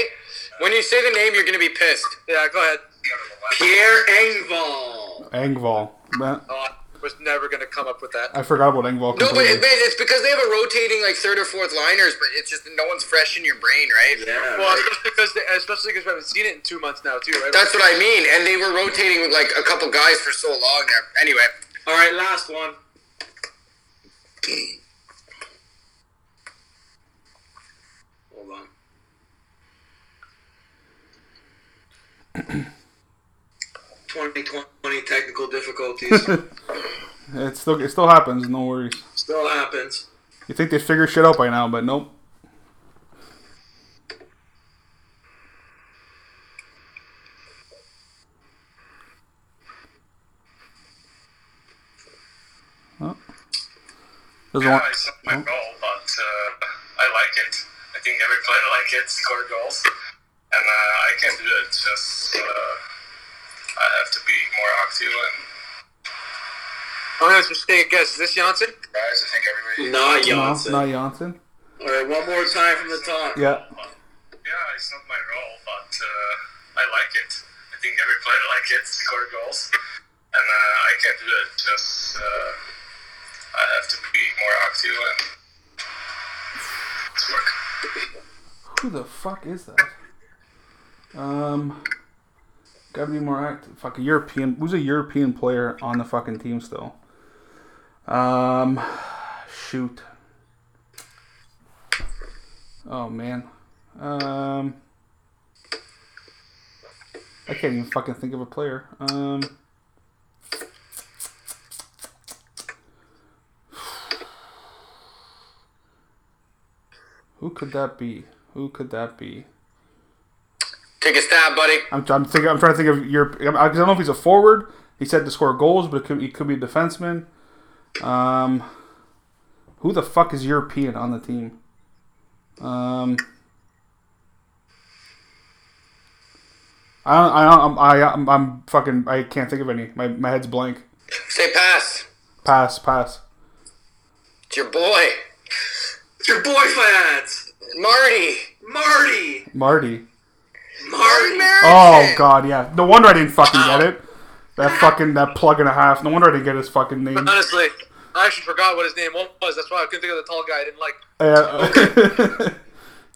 Speaker 4: When you say the name, you're gonna be pissed.
Speaker 5: Yeah, go ahead.
Speaker 6: the other left.
Speaker 2: Pierre Engvall.
Speaker 3: Engvall. Man,
Speaker 5: Oh, I was never gonna come up with that.
Speaker 3: I forgot about Engvall.
Speaker 4: No, but it,
Speaker 3: completely.
Speaker 4: man, it's because they have a rotating like third or fourth liners, but it's just no one's fresh in your brain, right?
Speaker 2: Yeah.
Speaker 5: Well, especially because they, especially because we haven't seen it in two months now, too, right?
Speaker 4: That's what I mean. And they were rotating with like a couple guys for so long there. Anyway,
Speaker 2: All right, last one. Hold on. Twenty twenty technical difficulties
Speaker 3: it still it still happens. No worries.
Speaker 2: still happens.
Speaker 3: You think they figure shit out by now, but nope. Oh. Doesn't
Speaker 6: Yeah,
Speaker 3: want.
Speaker 6: it's not my goal, but uh, I like it. I think every player like it, score goals, and uh, I can do it. Just uh, I have to be more active, and
Speaker 5: I'm gonna just take a guess. Is this Johnson?
Speaker 6: guys, I think everybody.
Speaker 2: Not
Speaker 3: No,
Speaker 2: Johnson.
Speaker 3: not Janssen.
Speaker 2: All right, one more time from the top.
Speaker 3: Yeah.
Speaker 6: Yeah, it's not my role, but uh, I like it. I think team that we played like it scored goals, and uh, I can't do it. Just uh, I have to be more active and it's work.
Speaker 3: Who the fuck is that? Um, gotta be more active. Fuck a European. Who's a European player on the fucking team still? Um, shoot. Oh man. Um, I can't even fucking think of a player. Um. Who could that be? Who could that be?
Speaker 4: Take a stab, buddy.
Speaker 3: I'm, I'm thinking. I'm trying to think of your. I I don't know if he's a forward. He said to score goals, but it could, he could be a defenseman. Um, who the fuck is European on the team? Um, I don't. I don't. I'm, I, I'm. I'm fucking. I can't think of any. My my head's blank.
Speaker 4: Say pass.
Speaker 3: Pass. Pass.
Speaker 4: It's your boy,
Speaker 2: It's your boy Flats!
Speaker 4: Marty.
Speaker 2: Marty!
Speaker 3: Marty.
Speaker 2: Marty!
Speaker 3: Oh god, yeah. No wonder I didn't fucking get it. That fucking that plug and a half. No wonder I didn't get his fucking name.
Speaker 5: Honestly, I actually forgot what his name was. That's why I couldn't think of the tall guy I didn't
Speaker 3: Yeah.
Speaker 5: like.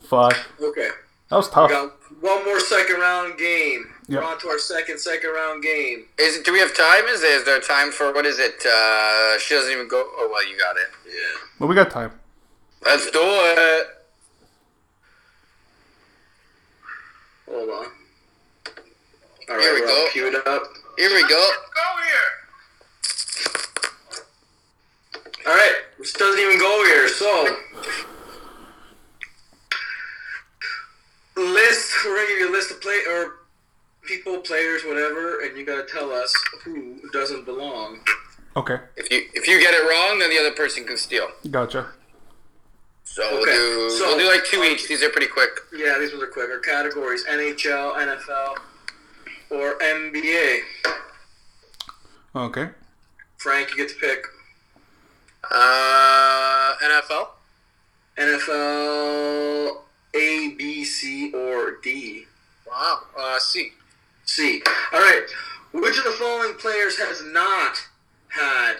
Speaker 3: Fuck.
Speaker 2: Okay.
Speaker 3: That was tough.
Speaker 2: Got one more second round game.
Speaker 3: Yep.
Speaker 2: We're on to our second second round game.
Speaker 4: Is it? Do we have time? Is there, is there time for what is it? Uh, she doesn't even go. Oh well, you got it.
Speaker 3: But we got time.
Speaker 4: Let's do it.
Speaker 2: Hold on. All
Speaker 4: Here we
Speaker 2: right,
Speaker 4: go.
Speaker 2: we're all queued up.
Speaker 4: Here we go.
Speaker 6: Go here.
Speaker 2: All right, this doesn't even go here. So, list. We're gonna give you a list of play or people, players, whatever, and you gotta tell us who doesn't belong.
Speaker 3: Okay.
Speaker 4: If you if you get it wrong, then the other person can steal.
Speaker 3: Gotcha.
Speaker 4: So we'll
Speaker 2: Okay,
Speaker 4: do
Speaker 2: so-
Speaker 4: we'll do like two each. These are pretty quick.
Speaker 2: Yeah, these ones are quick. Our categories: NHL, NFL, or NBA.
Speaker 3: Okay.
Speaker 2: Frank, you get to pick.
Speaker 5: Uh, NFL.
Speaker 2: NFL A, B, C, or D.
Speaker 5: Wow. Uh, C.
Speaker 2: C. All right. Which of the following players has not had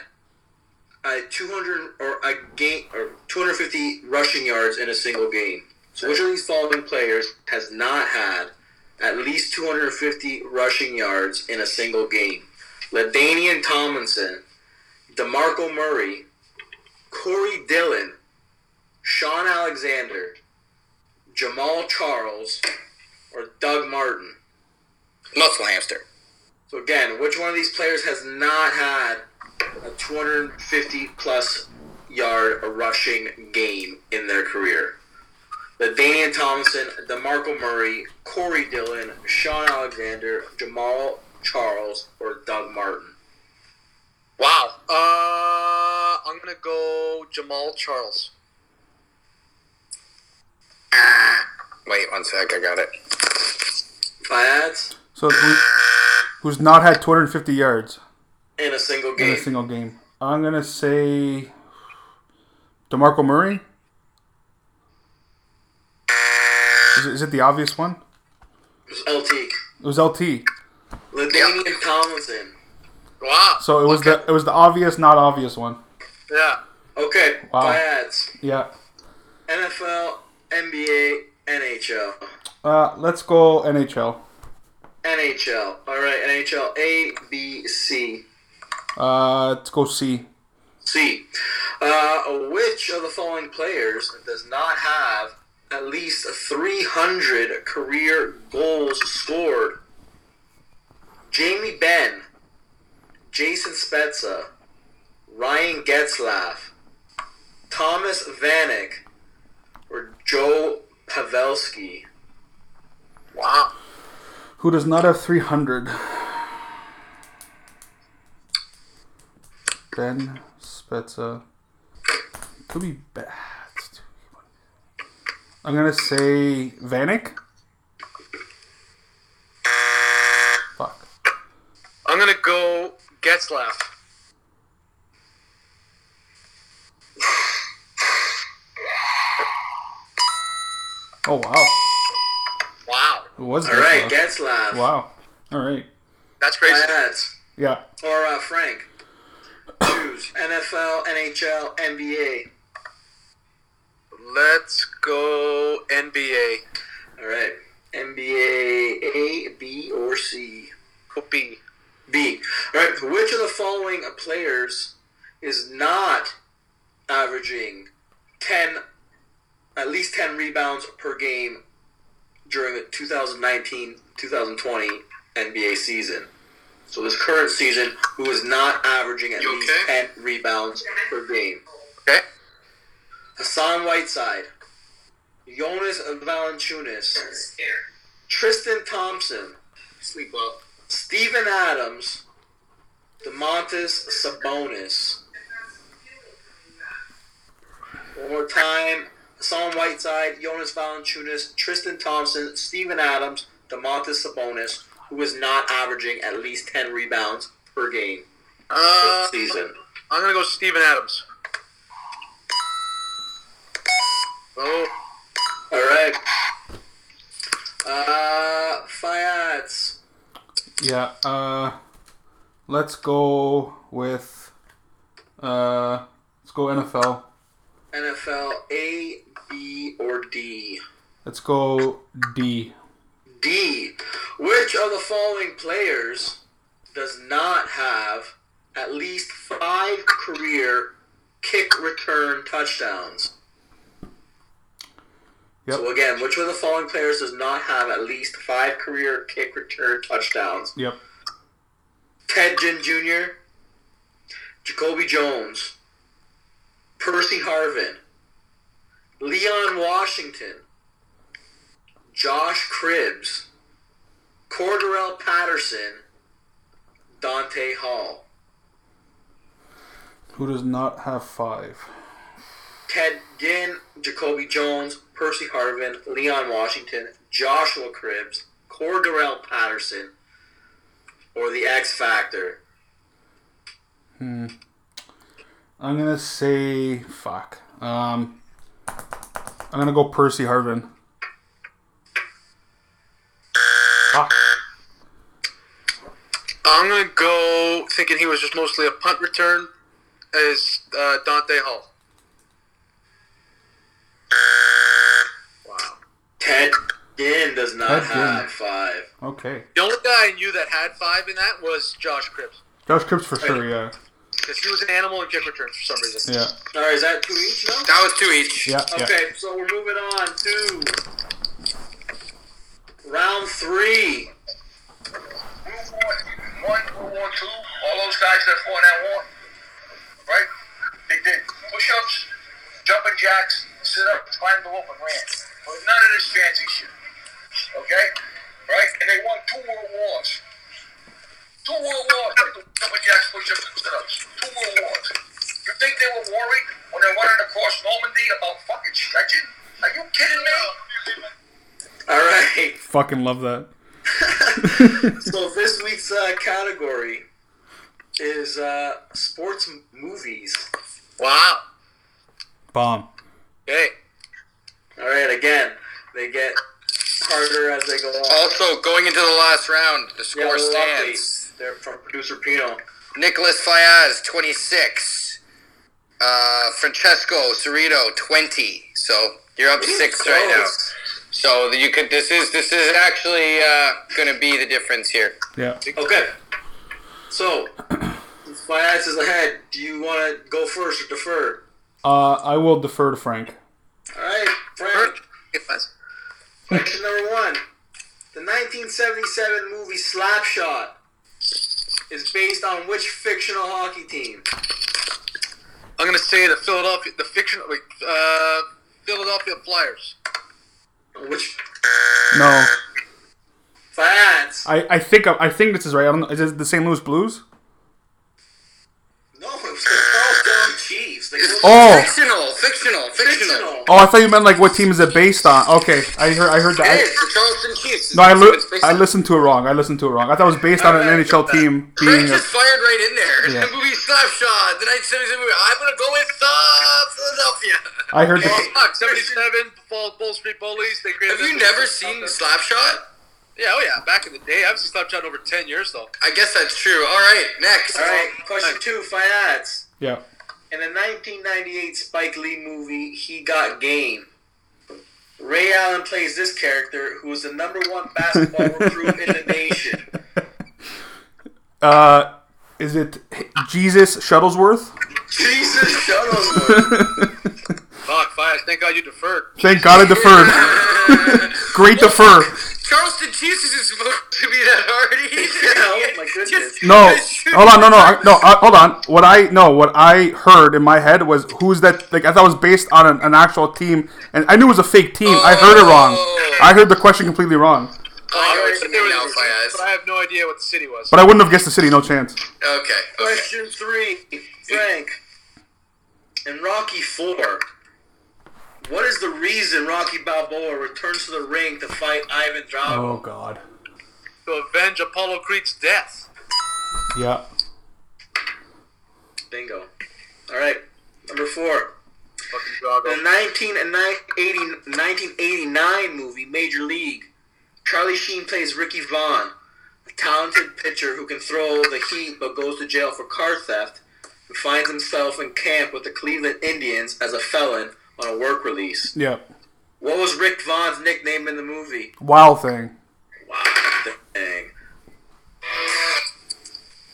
Speaker 2: a 200 or a game or 250 rushing yards in a single game? So which of these following players has not had at least 250 rushing yards in a single game? Ladanian Tomlinson, DeMarco Murray, Corey Dillon, Sean Alexander, Jamal Charles, or Doug Martin.
Speaker 4: Muscle hamster.
Speaker 2: So again, which one of these players has not had a 250 plus yard rushing game in their career? Ladanian Thompson, DeMarco Murray, Corey Dillon, Sean Alexander, Jamal Charles, or Doug Martin.
Speaker 5: Wow. Uh, I'm gonna go Jamal Charles.
Speaker 4: Ah. Wait one sec. I got it.
Speaker 2: That's
Speaker 3: So who, who's not had 250 yards
Speaker 2: in a single
Speaker 3: in
Speaker 2: game.
Speaker 3: a single game? I'm gonna say Demarco Murray. Is it, is it the obvious one?
Speaker 2: It was LT.
Speaker 3: It was LT.
Speaker 2: Ladanian Tomlinson.
Speaker 5: Wow.
Speaker 3: So it was the it was the obvious, not obvious one.
Speaker 5: Yeah.
Speaker 2: Okay,
Speaker 3: Wow.
Speaker 2: Fiats.
Speaker 3: Yeah.
Speaker 2: NFL, NBA, NHL.
Speaker 3: Uh, let's go NHL.
Speaker 2: NHL. All right, NHL A, B, C.
Speaker 3: Uh, let's go C.
Speaker 2: C. Uh, which of the following players does not have at least 300 career goals scored? Jamie Benn, Jason Spezza, Ryan Getzlaff, Thomas Vanek, or Joe Pavelski?
Speaker 5: Wow.
Speaker 3: Who does not have 300? Ben Spezza. Could be bad. I'm gonna say Vanek. Fuck.
Speaker 5: I'm gonna go Getzlaff.
Speaker 3: Oh wow,
Speaker 5: Wow.
Speaker 3: it was
Speaker 2: All right,
Speaker 3: Oh, Getzlaf.
Speaker 2: Getzlaff.
Speaker 3: Wow, All right.
Speaker 4: That's crazy.
Speaker 2: ads.
Speaker 3: Yeah.
Speaker 2: Or uh, Frank. Choose NFL, NHL, NBA.
Speaker 5: Let's go NBA.
Speaker 2: All right. NBA A, B, or C?
Speaker 5: Go B.
Speaker 2: B. All right. Which of the following players is not averaging ten, at least ten rebounds per game during the 2019-2020 NBA season? So this current season, who is not averaging at
Speaker 4: You
Speaker 2: least
Speaker 4: okay?
Speaker 2: ten rebounds per game?
Speaker 4: Okay.
Speaker 2: Hassan Whiteside, Jonas Valanciunas, Tristan Thompson.
Speaker 4: Sleep well.
Speaker 2: Steven Adams, DeMontis Sabonis. One more time. Hassan Whiteside, Jonas Valanciunas, Tristan Thompson, Steven Adams, DeMontis Sabonis, who is not averaging at least 10 rebounds per game
Speaker 5: Uh,
Speaker 2: this season.
Speaker 5: I'm gonna go Steven Adams. Oh,
Speaker 2: All right. Uh, Fayad's.
Speaker 3: Yeah. Uh, let's go with. Uh, let's go NFL.
Speaker 2: NFL A, B, or D?
Speaker 3: Let's go D.
Speaker 2: D. Which of the following players does not have at least five career kick return touchdowns?
Speaker 3: Yep.
Speaker 2: So again, which of the following players does not have at least five career kick return touchdowns?
Speaker 3: Yep.
Speaker 2: Ted Ginn Jr., Jacoby Jones, Percy Harvin, Leon Washington, Josh Cribbs, Corderell Patterson, Dante Hall,
Speaker 3: Who does not have five?
Speaker 2: Ted Ginn, Jacoby Jones, Percy Harvin, Leon Washington, Joshua Cribbs, Corderell Patterson, or the X Factor.
Speaker 3: I'm gonna say fuck. Um, I'm gonna go Percy Harvin. Fuck.
Speaker 5: I'm gonna go thinking he was just mostly a punt return. Is uh, Dante Hall?
Speaker 2: Ted Ginn does not
Speaker 3: Ted Ginn.
Speaker 2: have five.
Speaker 3: Okay.
Speaker 5: The only guy I knew that had five in that was Josh Cripps
Speaker 3: Josh Cripps for sure. Yeah.
Speaker 5: because he was an animal in kick returns for some reason.
Speaker 3: Yeah.
Speaker 2: All right, is that two each now?
Speaker 4: That was two each.
Speaker 3: Yeah. Yeah.
Speaker 2: Okay, so we're moving on to round three.
Speaker 6: One, one, two, all those guys that fought that war, right? They did push-ups, jumping jacks, sit-ups, climbed the rope and ran. But none of this fancy shit, okay? Right? And they won two world wars. Two world wars with the jumping jacks, push-ups, and sit-ups. Two world wars. You think they were worried when they running across Normandy about fucking stretching? Are you kidding me?
Speaker 2: All right,
Speaker 3: Fucking love that.
Speaker 2: so this week's uh, category is uh, sports m- movies.
Speaker 5: Wow.
Speaker 3: Bomb.
Speaker 5: Okay.
Speaker 2: All right, again, they get harder as they go on.
Speaker 4: Also, going into the last round, the
Speaker 2: Yeah,
Speaker 4: score
Speaker 2: little
Speaker 4: stands.
Speaker 2: updates. They're from producer Pino.
Speaker 4: Nicholas Fayaz, 26. Uh, Francesco Cerrito, 20. So you're up six right now.
Speaker 2: Close.
Speaker 4: So you could. This is this is actually uh, going to be the difference here.
Speaker 3: Yeah.
Speaker 2: Okay, so my ass is ahead. Do you want to go first or defer?
Speaker 3: Uh, I will defer to Frank.
Speaker 2: All right, Frank.
Speaker 4: It was.
Speaker 2: Question number one. The 1977 movie Slapshot is based on which fictional hockey team?
Speaker 5: I'm gonna say the Philadelphia, the fictional, wait, uh, Philadelphia Flyers.
Speaker 2: Which
Speaker 3: No.
Speaker 2: fans?
Speaker 3: I, I think I think this is right. I don't know. Is it the St. Louis Blues?
Speaker 2: No, it was the Charleston Chiefs. They go-
Speaker 3: Oh.
Speaker 4: Fictional, fictional, fictional.
Speaker 2: fictional.
Speaker 3: Oh, I thought you meant like what team is it based on? Okay, I heard I heard that.
Speaker 4: It
Speaker 3: I-
Speaker 4: is the Charleston Chiefs.
Speaker 3: No, I,
Speaker 4: So
Speaker 3: li-
Speaker 4: it's based
Speaker 3: I
Speaker 4: on-
Speaker 3: listened to it wrong. I listened to it wrong. I thought it was based on an
Speaker 2: Alright,
Speaker 3: NHL team
Speaker 4: Frank
Speaker 3: being a.
Speaker 4: just fired right in there.
Speaker 3: Yeah.
Speaker 4: The movie Slapshot, the 1977 movie. I'm going to go with uh, Philadelphia.
Speaker 3: I heard the.
Speaker 5: Fuck, 77, Fall, Bull Street Bullies. They created
Speaker 4: Have you never seen Slapshot?
Speaker 5: Yeah, oh yeah. Back in the day, I haven't seen Slapshot in over ten years though.
Speaker 4: I guess that's true. All right, next.
Speaker 2: All right, question two, finance.
Speaker 3: Yeah.
Speaker 2: In the 1998 Spike Lee movie, He Got Game, Ray Allen plays this character who is the number one basketball recruit in the nation.
Speaker 3: Uh, is it Jesus Shuttlesworth?
Speaker 2: Jesus Shuttlesworth.
Speaker 5: Fuck, fine. Thank God you deferred.
Speaker 3: Thank God I deferred. Great defer.
Speaker 4: Charleston Jesus is supposed to be that already.
Speaker 2: oh my goodness.
Speaker 3: No, hold on, no, no, I- no. I, hold on. What I no, what I heard in my head was who's that? Like I thought it was based on an, an actual team, and I knew it was a fake team. I heard it wrong. I heard the question completely wrong,
Speaker 4: I know what you
Speaker 5: But there
Speaker 4: mean
Speaker 5: was a
Speaker 4: now,
Speaker 5: reason, but I
Speaker 4: Fayaz.
Speaker 5: have no idea what the city was.
Speaker 3: but I wouldn't have guessed the city. No chance.
Speaker 4: Okay, okay.
Speaker 2: Question three, Frank. In Rocky Four, what is the reason Rocky Balboa returns to the ring to fight Ivan Drago?
Speaker 3: God.
Speaker 5: to avenge Apollo Creed's death.
Speaker 3: Yeah.
Speaker 2: Bingo. All right, number four.
Speaker 5: Fucking
Speaker 2: The
Speaker 5: Drago.
Speaker 2: 19 and 80 1989 movie Major League, Charlie Sheen plays Ricky Vaughn, a talented pitcher who can throw the heat but goes to jail for car theft and finds himself in camp with the Cleveland Indians as a felon on a work release.
Speaker 3: Yeah.
Speaker 2: What was Rick Vaughn's nickname in the movie?
Speaker 3: Wow thing.
Speaker 2: Wow, dang.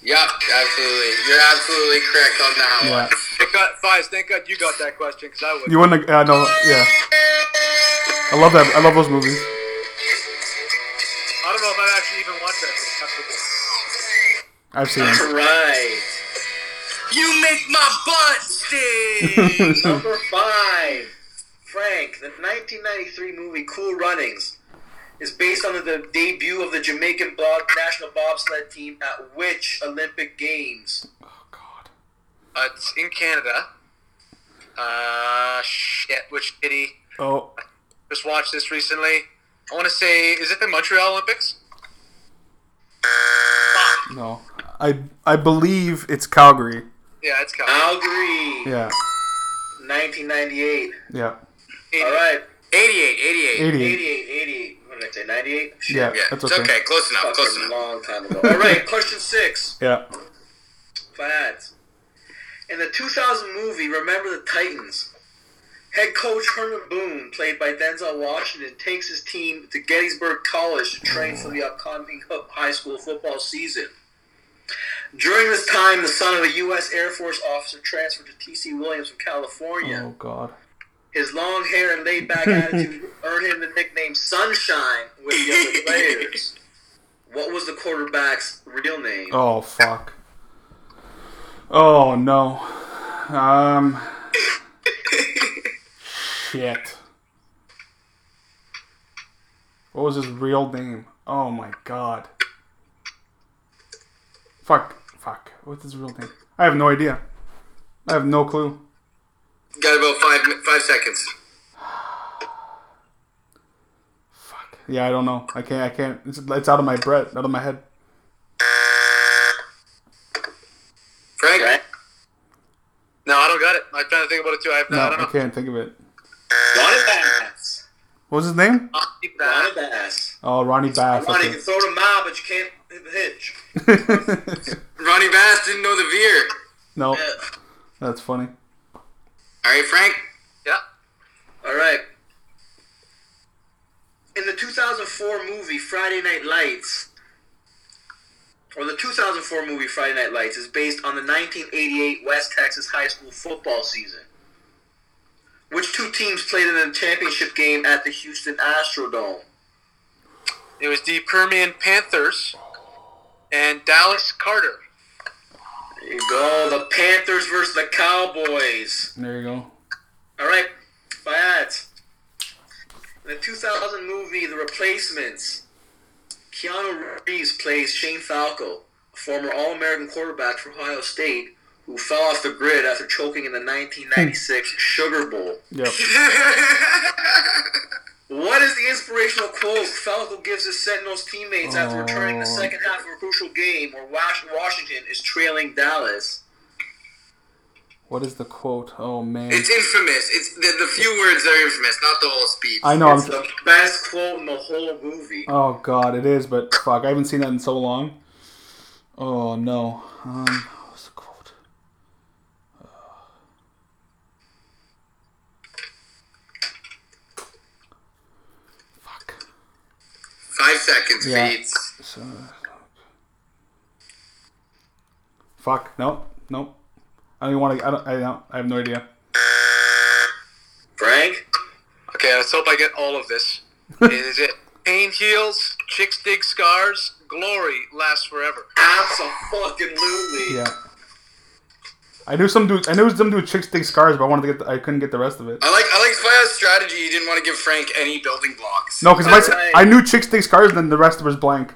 Speaker 4: Yep, absolutely. You're absolutely correct on that
Speaker 3: Yeah.
Speaker 4: one.
Speaker 5: Thank God, Fias, thank God you got that question because I would.
Speaker 3: You wouldn't. have- Uh, no. Yeah. I love that. I love those movies.
Speaker 5: I don't know if I've actually even watched that. That's
Speaker 3: I've seen them.
Speaker 2: Right.
Speaker 4: You make my butt sting.
Speaker 2: Number five, Frank. The 1993 movie Cool Runnings is based on the debut of the Jamaican bob, national bobsled team at which Olympic Games?
Speaker 3: Oh,
Speaker 5: what- Uh, it's in Canada. Uh, shit, which city?
Speaker 3: Oh.
Speaker 5: Just watched this recently. I want to say, is it the Montreal Olympics?
Speaker 3: No. I I believe it's Calgary.
Speaker 5: Yeah, it's Calgary.
Speaker 4: Uh,
Speaker 2: Calgary,
Speaker 3: Yeah.
Speaker 2: 1998.
Speaker 3: Yeah.
Speaker 2: All right,
Speaker 4: 88, 88.
Speaker 3: 88.
Speaker 2: 88, 88. What did I say? 98.
Speaker 3: Yeah.
Speaker 4: Yeah,
Speaker 3: That's
Speaker 4: it's okay.
Speaker 3: okay.
Speaker 4: Close enough.
Speaker 2: That
Speaker 4: Close
Speaker 2: was a
Speaker 4: enough.
Speaker 2: long time ago. All right, question six.
Speaker 3: Yeah.
Speaker 2: Fads. In the 2000 movie Remember the Titans, head coach Herman Boone, played by Denzel Washington, takes his team to Gettysburg College to train for the upcoming high school football season. During this time, the son of a U.S. Air Force officer transferred to T.C. Williams from California.
Speaker 3: Oh God.
Speaker 2: His long hair and laid back attitude earned him the nickname Sunshine with the other players. What was the quarterback's real name?
Speaker 3: Oh fuck. Oh no. Um. shit. What was his real name? Oh my god. Fuck. Fuck. What's his real name? I have no idea. I have no clue.
Speaker 4: Got about five five seconds.
Speaker 3: Fuck. Yeah, I don't know. I can't. I can't. It's, it's out of my bread. Out of my head.
Speaker 4: Frank?
Speaker 2: Right?
Speaker 5: No, I don't got it. I'm trying to think about it too. I, have,
Speaker 3: No,
Speaker 5: I don't
Speaker 3: I
Speaker 5: know.
Speaker 3: can't think of it.
Speaker 2: Badass.
Speaker 3: What was his name?
Speaker 5: I'll keep that.
Speaker 2: Badass.
Speaker 3: Oh, Ronnie
Speaker 2: Ronnie,
Speaker 3: Bass.
Speaker 2: you
Speaker 3: okay.
Speaker 2: can throw the mob, but you can't hit the hitch.
Speaker 4: Ronnie Bass didn't know the veer.
Speaker 3: no, that's funny.
Speaker 4: All right, Frank?
Speaker 5: Yeah.
Speaker 2: All right. In the 2004 movie Friday Night Lights, or the 2004 movie Friday Night Lights, is based on the 1988 West Texas high school football season. Which two teams played in the championship game at the Houston Astrodome?
Speaker 5: It was the Permian Panthers and Dallas Carter.
Speaker 2: There you go, the Panthers versus the Cowboys.
Speaker 3: There you go.
Speaker 2: All right, Fayad. In the 2000 movie The Replacements, Keanu Reeves plays Shane Falco, a former All-American quarterback for Ohio State who fell off the grid after choking in the 1996 Sugar Bowl.
Speaker 3: Yep.
Speaker 2: What is the inspirational quote Falco gives his Sentinels teammates after returning the second half of a crucial game where Wash- Washington is trailing Dallas?
Speaker 3: What is the quote? Oh man,
Speaker 4: It's infamous. It's the, the few words that are infamous, not the whole speech.
Speaker 3: I know. I'm.
Speaker 2: It's the best quote in the whole movie.
Speaker 3: Oh god, it is. But fuck, I haven't seen that in so long. Oh no. Um, what's the quote? Uh, Fuck.
Speaker 4: Five seconds
Speaker 3: Yeah.
Speaker 4: fades.
Speaker 3: So, fuck. No. No. I don't even want to. I don't. I don't. I have no idea.
Speaker 2: Frank?
Speaker 5: Okay, let's hope I get all of this. Is it pain heals, chicks dig scars, glory lasts forever?
Speaker 2: Absolutely.
Speaker 3: Yeah. I knew some dude. I knew some dude chicks take scars, but I wanted to get. The, I couldn't get the rest of it.
Speaker 4: I like I like Fire's strategy. He didn't want to give Frank any building blocks.
Speaker 3: No, because
Speaker 2: Alright.
Speaker 3: I knew chicks take scars, and then the rest of it was blank.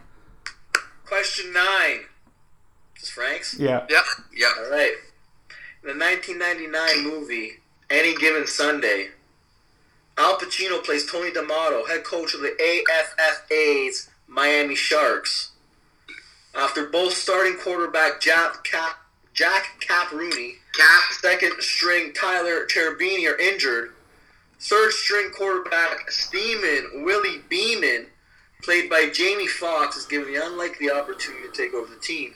Speaker 2: Question nine. This Frank's?
Speaker 3: Yeah.
Speaker 4: Yep. Yep.
Speaker 2: All right. The 1999 movie Any Given Sunday. Al Pacino plays Tony D'Amato, head coach of the AFFA's Miami Sharks. After both starting quarterback Jack Cap, Jack Caprooney,
Speaker 4: Cap.
Speaker 2: second string Tyler Cherubini are injured, third string quarterback Steeman Willie Beeman, played by Jamie Foxx, is given the unlikely opportunity to take over the team.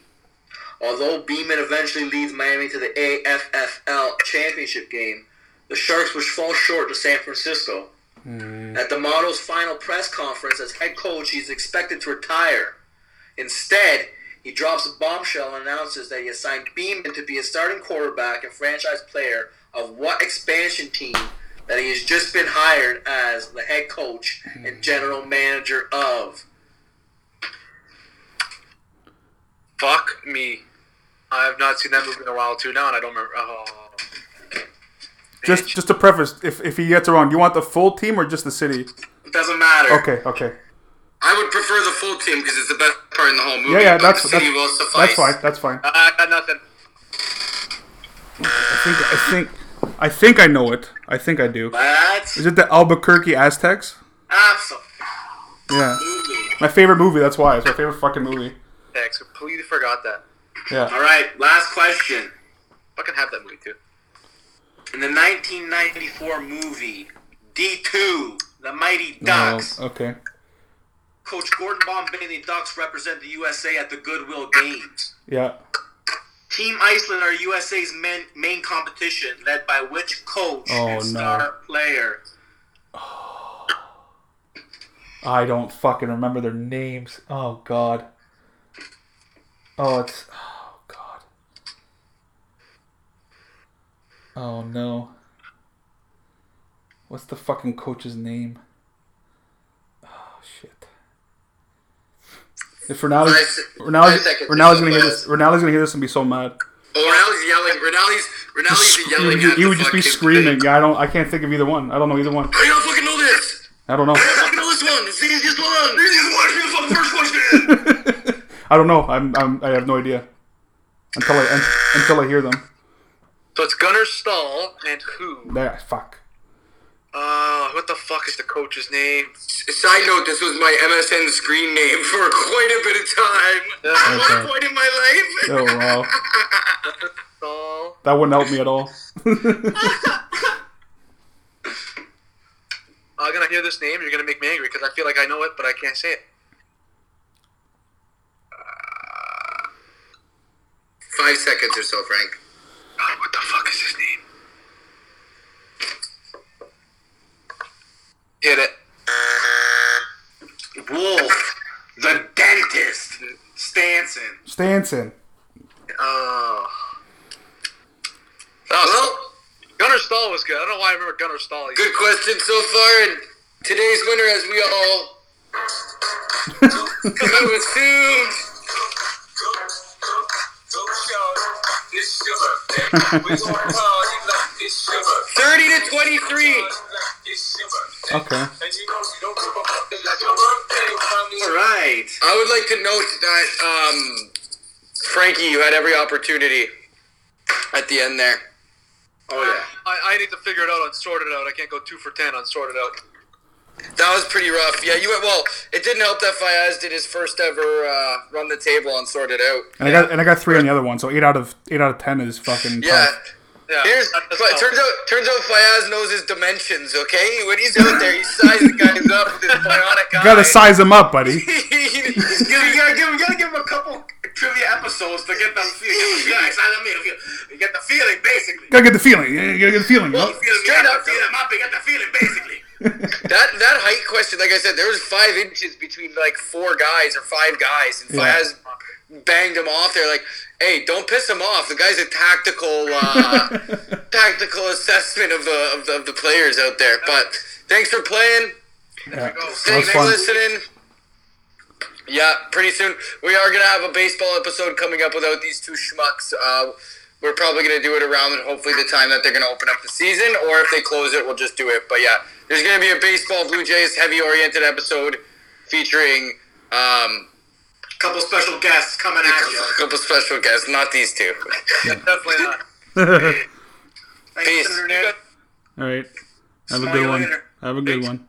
Speaker 2: Although Beeman eventually leads Miami to the AFFL championship game, the Sharks would fall short to San Francisco. At the model's final press conference as head coach, he's expected to retire. Instead, he drops a bombshell and announces that he has signed Beeman to be a starting quarterback and franchise player of what expansion team that he has just been hired as the head coach and general manager of.
Speaker 5: Fuck me. I have not seen that movie in a while too now, and I don't remember. Oh,
Speaker 3: Just just to preface, if if he gets around, you want the full team or just the city?
Speaker 4: Doesn't matter.
Speaker 3: Okay. Okay.
Speaker 4: I would prefer the full team because it's the best part in the whole movie.
Speaker 3: Yeah. Yeah.
Speaker 4: but
Speaker 3: That's
Speaker 4: the
Speaker 3: that's,
Speaker 4: city will suffice. Uh,
Speaker 3: that's fine. That's fine. I
Speaker 5: I got nothing.
Speaker 3: think. I think. I think I know it. I think I do.
Speaker 2: That's
Speaker 3: Is it the Albuquerque Aztecs?
Speaker 2: absolutely.
Speaker 3: Yeah. My favorite movie. That's why. It's my favorite fucking movie.
Speaker 5: Thanks. Completely forgot that.
Speaker 3: Yeah.
Speaker 2: All right, last question.
Speaker 5: Fucking have that movie too.
Speaker 2: In the 1994 movie D2, The
Speaker 3: Oh,
Speaker 2: Mighty Ducks,
Speaker 3: No, okay.
Speaker 2: Coach Gordon Bombay and the Ducks represent the USA at the Goodwill Games.
Speaker 3: Yeah.
Speaker 2: Team Iceland are USA's main, main competition, led by which coach
Speaker 3: Oh,
Speaker 2: and
Speaker 3: no.
Speaker 2: star player?
Speaker 3: I don't fucking remember their names. Oh god. Oh, it's oh god. Oh no. What's the fucking coach's name? Oh shit. If Ronaldo's,
Speaker 4: Five se- five
Speaker 3: Ronaldo's,
Speaker 4: seconds.
Speaker 3: Ronaldo's gonna hear this, Ronaldo's gonna hear this and be so mad.
Speaker 4: Oh, Ronaldo's yelling. Ronaldo's Ronaldo's
Speaker 3: He
Speaker 4: yelling.
Speaker 3: would, ju-
Speaker 4: at
Speaker 3: he
Speaker 4: the
Speaker 3: would just be
Speaker 4: fucking
Speaker 3: screaming.
Speaker 4: Thing.
Speaker 3: Yeah, I don't. I can't think of either one. I don't know either one.
Speaker 4: How do you not fucking know this?
Speaker 3: I don't know.
Speaker 4: How do you not fucking know this one? It's the easiest one. The easiest one. You're the fucking first question.
Speaker 3: I don't know. I'm, I'm. I have no idea. Until I un- until I hear them.
Speaker 5: So it's Gunnar Stahl and who?
Speaker 3: There. Fuck.
Speaker 5: Uh, what the fuck is the coach's name?
Speaker 4: Side note, this was my MSN screen name for quite a bit of time. At one
Speaker 3: Okay.
Speaker 4: point in my life.
Speaker 3: Oh wow,
Speaker 5: Stahl.
Speaker 3: that wouldn't help me at all.
Speaker 5: I'm gonna hear this name. You're gonna make me angry because I feel like I know it, but I can't say it. Uh,
Speaker 4: Five seconds or so, Frank.
Speaker 5: God, what the fuck is his name? Hit it.
Speaker 2: Wolf, the dentist, Stanson.
Speaker 3: Stanson.
Speaker 5: Oh.
Speaker 4: Well,
Speaker 5: Gunnar Stahl was good. I don't know why I remember Gunnar Stahl. He's-
Speaker 4: good question so far, and today's winner, as we all kind of assumed, thirty to twenty-three.
Speaker 3: Okay.
Speaker 2: All right.
Speaker 4: I would like to note that um, Frankie, you had every opportunity at the end there.
Speaker 2: Oh, yeah.
Speaker 5: I, I need to figure it out on sorted out. I can't go two for ten on sorted out.
Speaker 4: That was pretty rough. Yeah, you went well. It didn't help that Fayaz did his first ever uh, run the table and sort it out.
Speaker 3: And I got and I got three on the other one, so eight out of eight out of ten is fucking.
Speaker 4: Yeah,
Speaker 3: tough.
Speaker 5: Yeah.
Speaker 4: Here's,
Speaker 5: That doesn't
Speaker 4: but
Speaker 5: help.
Speaker 4: turns out turns out Fayaz knows his dimensions. Okay, when he's out there, he sizes guys up. with This bionic guy.
Speaker 3: You gotta size him up, buddy.
Speaker 4: He's
Speaker 2: You
Speaker 4: gonna
Speaker 2: gotta give him, you gotta give him a couple trivia episodes to get them feeling. You gotta excite me. You get the feeling, basically.
Speaker 3: Gotta get the feeling. You gotta get the feeling.
Speaker 2: You
Speaker 3: Yup.
Speaker 2: feel me?
Speaker 4: Straight
Speaker 2: I
Speaker 4: up,
Speaker 2: feel
Speaker 4: though.
Speaker 2: him up. You get the feeling, basically.
Speaker 4: That that height question, like I said, there was five inches between like four guys or five guys, and
Speaker 3: Yeah.
Speaker 4: Fayaz banged him off there. Like, hey, don't piss him off. The guy's a tactical uh, tactical assessment of the, of the of the players out there. But thanks for playing.
Speaker 3: Yeah. That
Speaker 4: Thanks
Speaker 3: was
Speaker 4: for
Speaker 3: fun.
Speaker 4: listening. Yeah, pretty soon we are gonna have a baseball episode coming up without these two schmucks. Uh, we're probably gonna do it around hopefully the time that they're gonna open up the season, or if they close it, we'll just do it. But yeah, there's gonna be a baseball Blue Jays heavy oriented episode featuring um,
Speaker 2: couple special guests coming at you.
Speaker 4: a couple special guests, not these two.
Speaker 5: Definitely not.
Speaker 2: Thanks,
Speaker 4: Peace.
Speaker 2: Senator Ned.
Speaker 3: All right. Have a
Speaker 2: Smell
Speaker 3: good
Speaker 2: you
Speaker 3: one.
Speaker 2: later.
Speaker 3: Have a good one.